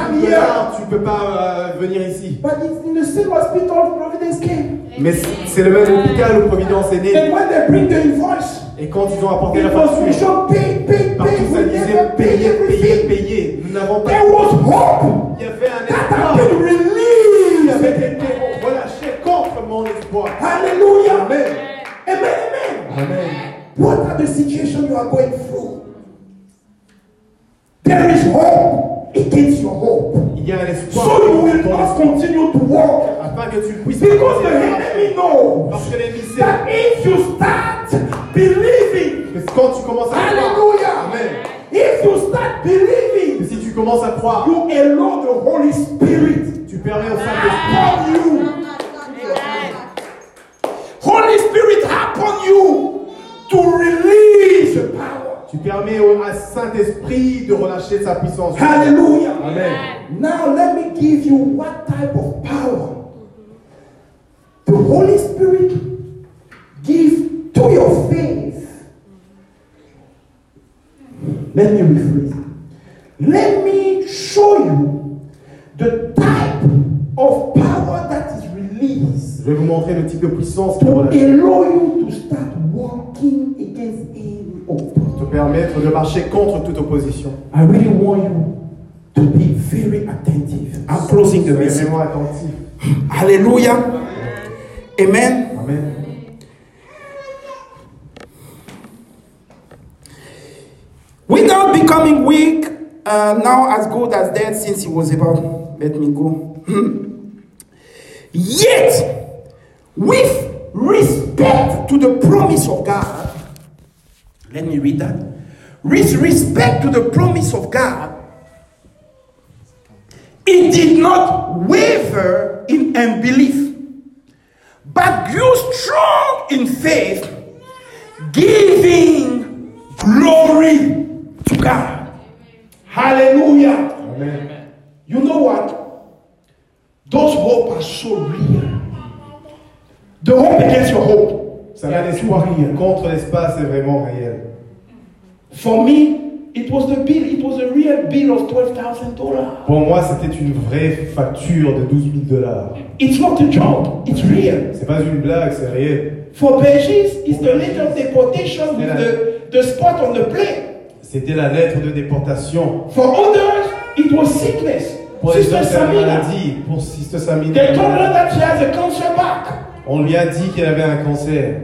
A: come here.
B: tu peux pas euh, venir ici.
A: But it's in the same hospital Providence came.
B: Mais c'est c'est le même hôpital où Providence est
A: And
B: né.
A: when they bring the invoice,
B: Et quand ils ont apporté la
A: it
B: facture,
A: was we pay, pay, pay,
B: partout ça
A: we
B: disait
A: never pay
B: payer, payer,
A: everything.
B: payer. Nous n'avons pas.
A: There was hope
B: Il y avait un
A: that
B: espoir.
A: had been
B: Il
A: released.
B: avait été relâché contre mon espoir.
A: Hallelujah.
B: Amen.
A: Amen. Amen.
B: Amen.
A: What are the situation you are going through? There is hope against your hope.
B: Il y a un espoir.
A: So you
B: contre
A: will
B: ton
A: not
B: espoir.
A: continue to walk
B: Afin que tu puisses.
A: because the enemy knows
B: Parce que l'ennemi sait
A: that if you start believing,
B: que quand tu commences à croire, Amen.
A: hallelujah, if you start
B: que
A: believing,
B: si tu commences à croire,
A: you allow the Holy Spirit
B: tu permets au
A: upon
B: Saint-Esprit.
A: you. Holy Spirit upon you to release the power.
B: Tu permets au à Saint-Esprit de relâcher sa puissance.
A: Hallelujah.
B: Amen.
A: Now let me give you what type of power the Holy Spirit give to your faith. Let me rephrase. Let me show you the type of power that is released
B: Je vais vous montrer le type de puissance qui
A: to
B: relâche.
A: allow you to start walking against any
B: Te
A: obstacle.
B: permettre de marcher contre toute opposition.
A: I really want you to be very attentive. I'm closing the
B: Soyez
A: message.
B: vraiment attentifs.
A: Hallelujah. Amen.
B: Amen.
A: Without becoming weak, uh, now as good as dead since he was about, let me go. Hmm. Yet, with respect to the promise of God, let me read that. With respect to the promise of God, it did not waver in unbelief, but grew strong in faith, giving glory to God. Hallelujah.
B: Amen.
A: You know what? Those hope are so real. The hope against your hope.
B: Ça va l'espoir contre l'espace est vraiment réel.
A: For me, it was the bill. It was a real bill of twelve thousand dollars.
B: Pour moi, c'était une vraie facture de 12 000 dollars.
A: It's not a joke. It's real.
B: C'est pas une blague, c'est réel.
A: For Belgians, it's the letter of deportation with
B: Yeah.
A: the, the spot on the plane.
B: C'était la lettre de déportation.
A: For others, it was sickness.
B: Pour les
A: Sister
B: gens, c'est la
A: Samina,
B: maladie. Pour Sister Samina,
A: they told her that she has a cancer back.
B: on lui a dit qu'elle avait un cancer.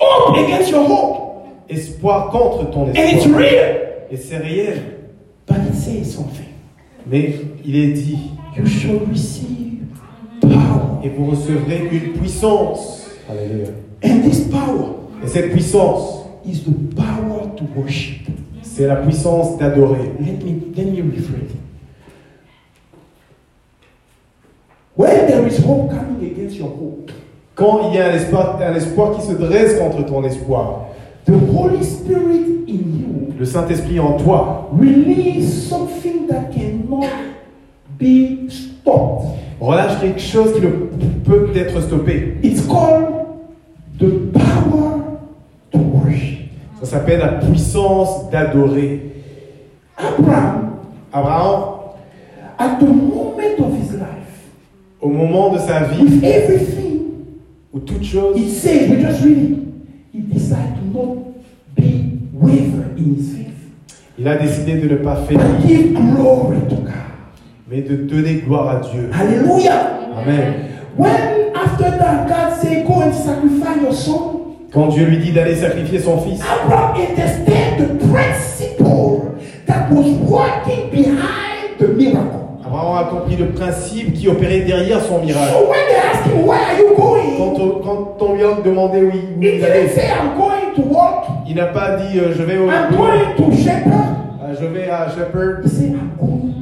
A: Hope against your hope,
B: Espoir contre ton
A: and it's
B: espoir.
A: real.
B: Et c'est réel.
A: But it says something.
B: Mais il est dit
A: You shall receive power
B: et vous recevrez une puissance. Alléluia.
A: And this power
B: Et cette puissance,
A: is the power to worship.
B: c'est la puissance d'adorer.
A: Let me let me rephrase. it. When there is hope coming against your hope,
B: Quand il y a un espoir, un espoir qui se dresse contre ton espoir,
A: the Holy Spirit in you
B: le Saint-Esprit en toi
A: release something that cannot be stopped.
B: relâche quelque chose qui ne peut être stoppé.
A: It's called the power to worship.
B: Ça s'appelle la puissance d'adorer.
A: Abraham,
B: Abraham,
A: at the moment of his life,
B: au moment de sa vie,
A: with everything
B: où toute chose,
A: It says, we just read it. He decided to not be wavered in his faith,
B: il a décidé de ne pas
A: but
B: faiblir,
A: give glory to God.
B: mais de donner gloire à Dieu.
A: Hallelujah.
B: Amen.
A: When after that God said, go and sacrifice your son,
B: Quand Dieu lui dit d'aller sacrifier son fils,
A: Abraham understand the principle that was working behind the miracle.
B: Abraham a compris le principe qui opérait derrière son miracle.
A: So when they asked him, where are you
B: Quand
A: going?
B: on, quand on lui a demandé où il, où
A: He
B: il
A: didn't
B: allait,
A: say, I'm going to work.
B: il n'a pas dit euh, je vais au,
A: I'm going to shepherd.
B: euh, je vais à Shepherd.
A: He said, I'm going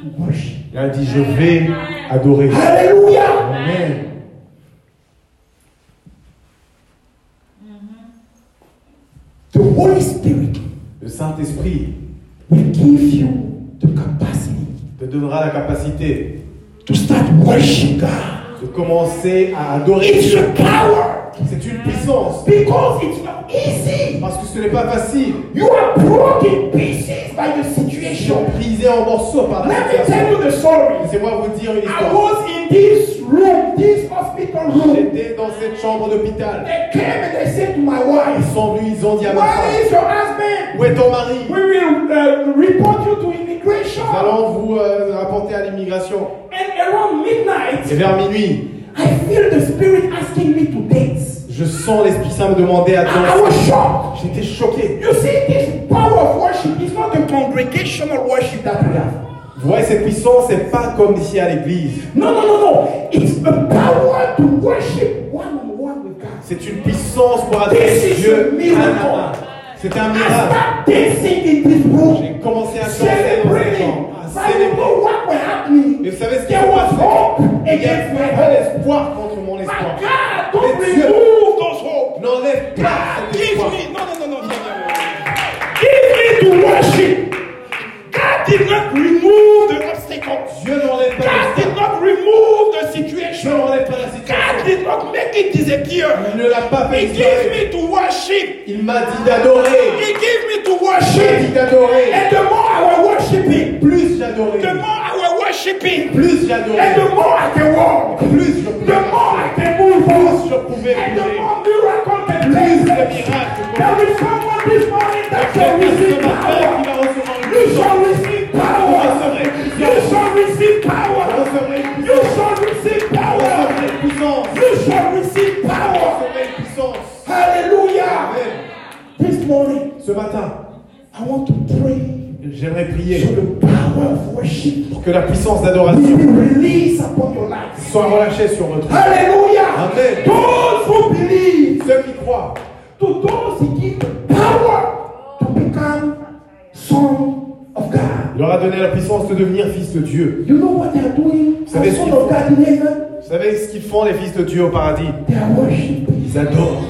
A: to worship.
B: Il a dit je vais adorer.
A: Hallelujah.
B: Amen.
A: The Holy Spirit
B: Le Saint-Esprit
A: will give you the capacity
B: te donnera la capacité
A: to start worshiping God.
B: de commencer à adorer
A: It's
B: Dieu.
A: a power
B: C'est une puissance
A: because it's not easy.
B: parce que ce n'est pas facile.
A: You are broken pieces by the situation.
B: Brisé en morceaux par la
A: Let me tell
B: situation.
A: you the story.
B: Laissez-moi vous dire une
A: I
B: histoire.
A: was in this room, this hospital room.
B: J'étais dans cette chambre d'hôpital.
A: They came and they said to my
B: Ils
A: wife,
B: sont venus, ils ont dit à ma
A: Where
B: femme
A: is your husband?
B: Où est ton mari
A: We will uh, report you to immigration.
B: Nous allons vous euh, rapporter à l'immigration.
A: And around
B: Et
A: midnight,
B: vers minuit,
A: I feel the spirit asking me to dance.
B: je sens l'Esprit Saint me demander à
A: I I
B: danser.
A: was shocked.
B: J'étais choqué.
A: You see, this power of worship is not the congregational worship that we have.
B: Vous voyez, cette puissance, c'est pas comme ici à l'église.
A: No, no, no, no. It's the power to worship one on one with God.
B: C'est une puissance pour adorer
A: This is a
B: Dieu.
A: miracle.
B: un à un. C'est un
A: I
B: miracle.
A: start dancing in this
B: J'ai
A: room,
B: commencé à danser dans cette
A: celebrating.
B: chambre, à
A: I don't
B: célébrer.
A: know what was
B: Mais
A: happening.
B: vous savez ce qui
A: There
B: s'est
A: was
B: passé
A: hope
B: Il y a
A: against
B: eu
A: my
B: un
A: hope.
B: espoir contre mon
A: But
B: espoir.
A: God, don't
B: Mais
A: remove
B: Dieu
A: those hope.
B: n'enlève pas
A: God,
B: cet
A: give
B: espoir.
A: me. No, no, no, no, no, no, no. Give me to worship. God did not remove the obstacles.
B: Dieu n'enlève pas
A: God did
B: l'espoir.
A: not remove the
B: Dieu
A: situation.
B: n'enlève pas la
A: God
B: situation.
A: did not make it disappear.
B: Il ne l'a pas fait
A: He
B: disparaître.
A: gave me to worship.
B: Il m'a dit d'adorer.
A: He gave me to
B: Il m'a dit
A: worship.
B: d'adorer.
A: And the more I will worship Him,
B: Plus j'adorais.
A: the more I will worship Him.
B: Plus j'adorais.
A: And the more I can walk,
B: Plus je
A: the
B: pouvais.
A: more I can move
B: Plus je
A: forward.
B: pouvais
A: And the
B: bouger.
A: more miracles can
B: Plus
A: take
B: de
A: place.
B: miracles.
A: There is someone this morning that shall
B: Quelqu'un ce
A: receive
B: matin qui va
A: power.
B: recevoir une
A: You
B: puissance.
A: shall receive
B: Vous
A: power.
B: recevrez une
A: You
B: puissance.
A: shall receive
B: Vous
A: power.
B: recevrez une
A: You
B: puissance.
A: shall receive
B: Vous
A: power.
B: recevrez une puissance.
A: You shall receive
B: Vous
A: power.
B: recevrez une puissance.
A: Hallelujah.
B: Amen.
A: This morning,
B: Ce matin,
A: I want to pray
B: j'aimerais
A: for
B: prier
A: the power of worship
B: pour que la puissance
A: to
B: d'adoration
A: be released upon your life.
B: soit relâchée sur votre vie.
A: Hallelujah.
B: Amen.
A: Those who believe,
B: Ceux qui croient,
A: to those who give the power to become son of God.
B: il leur a donné la puissance de devenir fils de Dieu.
A: You know what they are doing?
B: Ça veut
A: The
B: dire
A: son
B: qu'il
A: of God in heaven,
B: Vous savez ce qu'ils font les fils de Dieu au paradis
A: they are worshiping.
B: Ils adorent.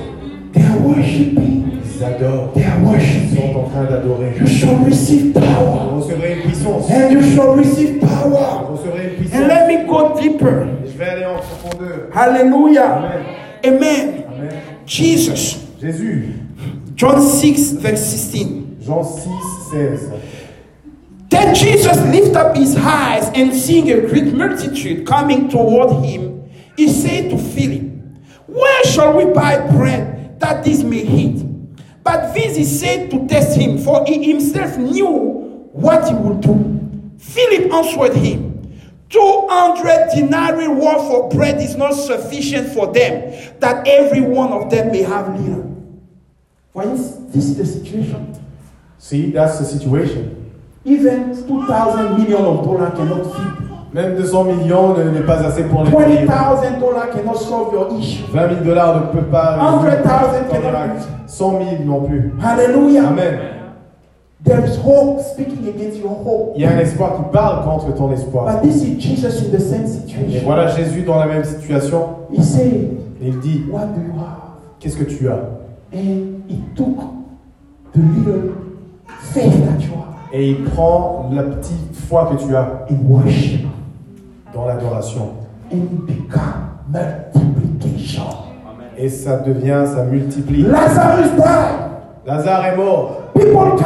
A: They are worshiping.
B: Ils adorent.
A: They are
B: Ils sont
A: worshiping.
B: en train d'adorer.
A: You shall receive power.
B: Vous recevrez une puissance.
A: And you shall receive
B: Vous
A: power.
B: recevrez une
A: And
B: puissance.
A: let me go deeper.
B: Je vais aller en profondeur.
A: Hallelujah. Amen.
B: Amen.
A: Jesus.
B: Jésus,
A: John 6, verse 16.
B: Jean 6, 16.
A: Then Jesus lifted up his eyes and seeing a great multitude coming toward him, he said to Philip, Where shall we buy bread that this may eat? But this he said to test him, for he himself knew what he would do. Philip answered him, 200 denarii worth of bread is not sufficient for them, that every one of them may have little. Why is this the situation?
B: See, that's the situation.
A: Even 2,000 million of dollars cannot feed
B: Même 200 millions ne- n'est pas assez pour les
A: Twenty
B: payer.
A: thousand dollars cannot solve your issue.
B: 20 000 dollars ne peut pas.
A: 100 000
B: ton miracle. 100 000 non plus.
A: Hallelujah.
B: Amen.
A: There is hope speaking against your hope.
B: Il y a un espoir qui parle contre ton espoir.
A: But this is Jesus in the same
B: Et
A: situation.
B: voilà Jésus dans la même situation.
A: He said,
B: Il dit
A: What do you have?
B: Qu'est-ce que tu as
A: And he took the little faith that you have
B: Et il prend la petite foi que tu as
A: in worship
B: dans l'adoration.
A: and it become multiplication.
B: Et ça devient, ça multiplie.
A: Lazarus died.
B: Lazare est mort.
A: People come.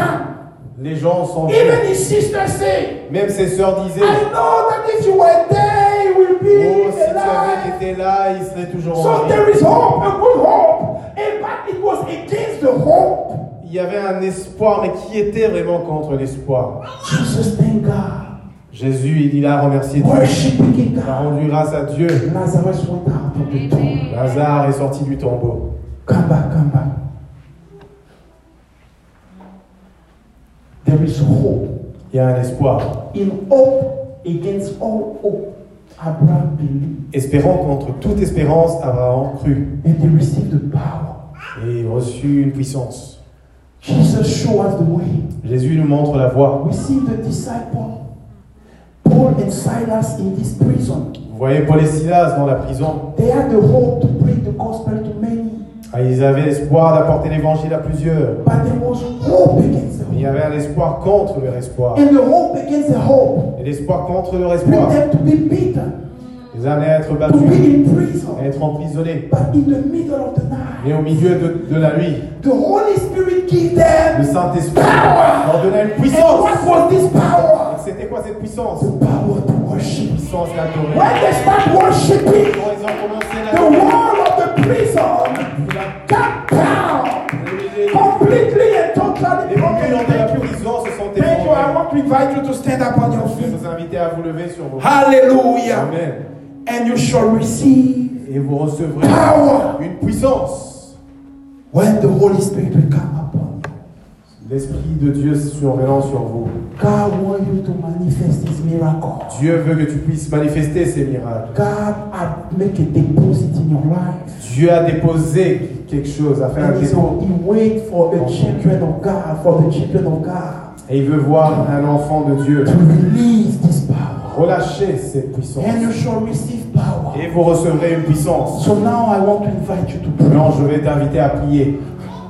B: Les gens sont
A: Even his sister said,
B: Même ses sœurs disaient
A: I know that if you were there, you will
B: Oh,
A: be
B: si tu avais
A: alive.
B: été là, il serait toujours en
A: So
B: vie.
A: there is hope, a good hope. And but it was against the hope.
B: Il y avait un espoir, mais qui était vraiment contre l'espoir
A: Jesus thank God.
B: Jésus, il il a remercié Dieu.
A: Worshiping
B: Il a
A: God.
B: rendu grâce à Dieu.
A: Lazarus went out of the tomb.
B: Lazare est sorti du tombeau.
A: Come back, come back. There is hope.
B: Il y a un espoir.
A: In hope against all hope, Abraham believed.
B: Espérant contre toute espérance, Abraham crut
A: And he received the power.
B: et reçut une puissance.
A: Jesus showed us the way.
B: Jésus nous montre la voie.
A: We see the disciple, Paul and Silas in this prison.
B: Vous voyez Paul et Silas dans la prison.
A: They had the hope to bring the gospel to many,
B: Ah, Ils avaient l'espoir d'apporter l'évangile à plusieurs.
A: but there was hope against the
B: Il y
A: hope.
B: avait un espoir contre leur espoir.
A: And the hope against the hope
B: Et l'espoir contre leur
A: bring
B: espoir.
A: them to be beaten,
B: Ils allaient être
A: to
B: battus,
A: be in prison.
B: être emprisonnés.
A: But in the middle of the night,
B: Mais au milieu de, de la nuit,
A: the Holy Spirit give
B: le
A: them.
B: Saint-Esprit leur donna une
A: And
B: puissance.
A: what was this power?
B: C'était quoi cette puissance
A: The power to worship.
B: Puissance d'adorer.
A: When they start worshiping,
B: Quand ils ont commencé
A: the wall of the prison
B: la
A: got down.
B: les-
A: completely and
B: les
A: totally
B: murs de la
A: broken.
B: prison se sont
A: Thank you. I
B: effondrés.
A: want to invite you to stand up on your
B: Je
A: feet.
B: vous invite à vous lever sur vos
A: Hallelujah.
B: Amen.
A: And you shall receive
B: Et vous recevrez
A: power
B: une puissance.
A: when the Holy Spirit will come upon you.
B: L'Esprit de Dieu surveillant sur vous.
A: God wants you to manifest His miracle.
B: Dieu veut que tu puisses manifester ces miracles.
A: God had make a deposit in your life.
B: Dieu a déposé quelque chose, a fait un
A: And
B: dépôt.
A: so He wait for the children of God, for the children of God
B: Et il veut voir un enfant de Dieu
A: to release this power.
B: relâcher cette puissance.
A: And you shall receive power.
B: Et vous recevrez une puissance.
A: So now I want to invite you to pray.
B: Maintenant, je vais t'inviter à prier.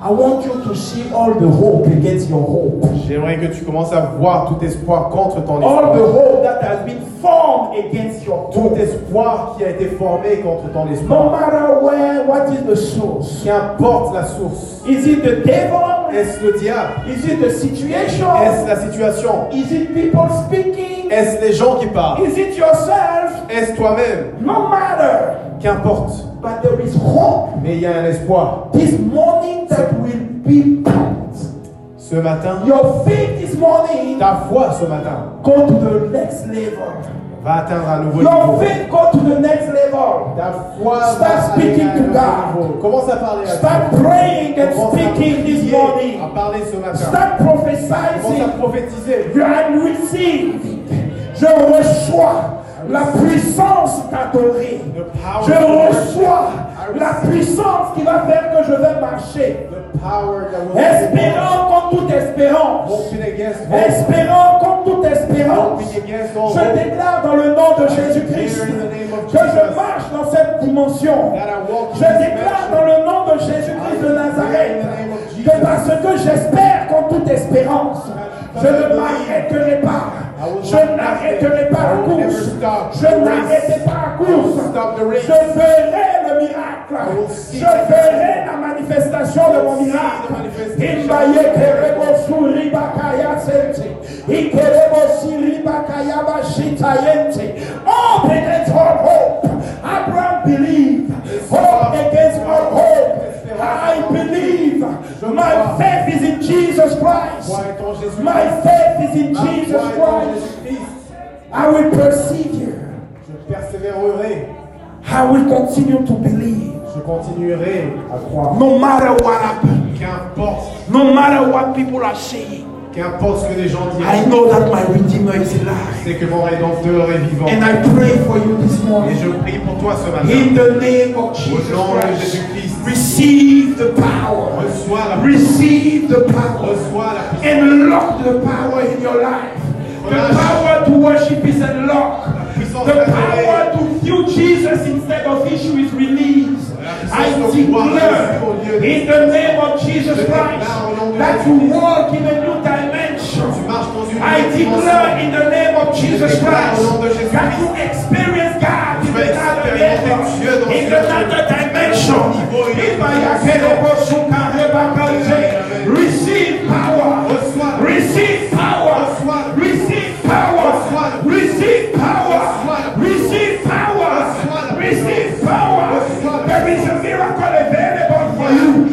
A: I want you to see all the hope against your hope.
B: J'aimerais que tu commences à voir tout espoir contre ton
A: All the
B: espoir.
A: hope that has been formed against your
B: Tout
A: hope.
B: espoir qui a été formé contre ton
A: No
B: espoir.
A: matter where, what is the source?
B: Qu'importe la source.
A: Is it the devil?
B: Est-ce le diable
A: Is it the
B: Est-ce
A: situation?
B: la situation
A: Is it people speaking?
B: Est-ce les gens qui parlent
A: Is it yourself?
B: Est-ce toi-même
A: No matter.
B: Qu'importe.
A: But there is hope
B: Mais il y a un espoir.
A: this morning that will be packed.
B: Ce matin,
A: Your faith this morning
B: ta foi ce matin
A: go to the next level.
B: va atteindre un nouveau
A: Your
B: niveau.
A: faith go to the next level.
B: Ta foi
A: Start
B: va aller
A: speaking
B: à un
A: to
B: autre
A: God.
B: niveau. Commence à parler à
A: Start
B: Dieu.
A: praying and
B: Commence à
A: speaking this
B: prier,
A: morning.
B: À parler ce matin.
A: Start
B: Commence à
A: prophesying.
B: prophétiser.
A: You are received. Je reçois la puissance d'adorer.
B: The power
A: Je
B: to worship.
A: reçois
B: I
A: la
B: receive.
A: puissance qui va faire que je vais marcher.
B: The power that will
A: Espérant comme toute espérance.
B: Hoping against hope.
A: Espérant comme toute espérance.
B: Hoping against all
A: Je
B: hope.
A: déclare dans le nom de Jésus-Christ
B: declare in the name of
A: que je
B: Jesus
A: marche dans cette dimension.
B: That I walk in
A: Je
B: this
A: déclare
B: dimension.
A: dans le nom de Jésus-Christ de Nazareth que parce que j'espère qu'en toute espérance, je ne m'arrêterai pas. Je n'arrêterai pas la course. Je n'arrêterai pas la course. Je verrai le miracle. Je verrai la manifestation de mon miracle. Imbaye kerebo suri bakaya sente. Ikerebo siri bakaya bashita yente. Oh, against all hope. Abraham believed. Hope against all hope. I believe. My faith is in Jesus Christ.
B: Crois en ton Jésus.
A: My faith is in
B: Ma foi est
A: Jesus
B: en
A: Christ.
B: Jésus-Christ.
A: I will persevere.
B: Je persévérerai.
A: I will continue to believe.
B: Je continuerai à croire.
A: No matter what happens,
B: Qu'importe.
A: no matter what people are saying,
B: Qu'importe ce que les gens
A: I
B: diront,
A: know that my Redeemer is alive.
B: c'est que mon Rédempteur est vivant.
A: And I pray for you this
B: Et
A: morning.
B: je prie pour toi ce
A: In
B: matin.
A: the name of
B: Au
A: Jesus
B: nom de
A: Christ,
B: Jésus-Christ,
A: receive the power.
B: reçois la
A: Receive the power.
B: Reçois la puissance.
A: Unlock the power in your life. The power to worship is unlocked. The power to view Jesus instead of issue is released. I declare in the name of Jesus Christ that you walk in a new
B: Tu
A: dimension.
B: marches dans une
A: I
B: nouvelle
A: declare
B: dimension.
A: in the name of Jesus Christ that you experience God in another level, in another dimension. If I receive power, receive power, receive power, receive power, receive power, receive power. There is a miracle available for you.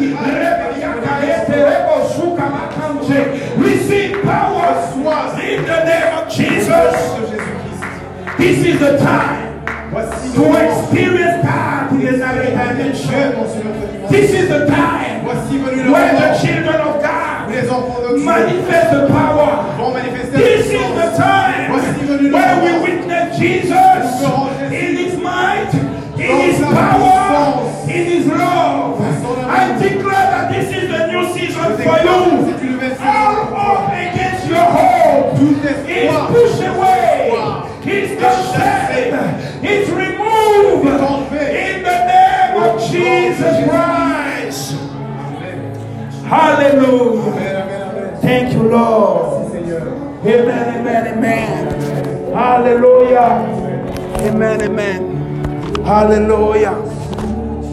A: Receive power in the name of
B: Au nom
A: Jesus.
B: de Jésus-Christ.
A: This is the time
B: Voici le
A: to
B: moment.
A: experience God in another dimension.
B: Dieu, dans une autre dimension.
A: This is the time
B: Voici venu le
A: where the
B: moment
A: children of
B: où
A: God
B: les enfants de Dieu
A: manifest the power.
B: vont manifester leur
A: This is the
B: puissance.
A: time where we witness Jesus in His might, in His power, in His love. I declare that this is the new season for you. All hope against your hope is pushed away. It's destroyed. It's removed in the name of Jesus Christ. Hallelujah.
B: Amen, amen, amen.
A: Thank you, Lord.
B: Seigneur.
A: Amen, amen, amen. Hallelujah. Amen, amen. Hallelujah.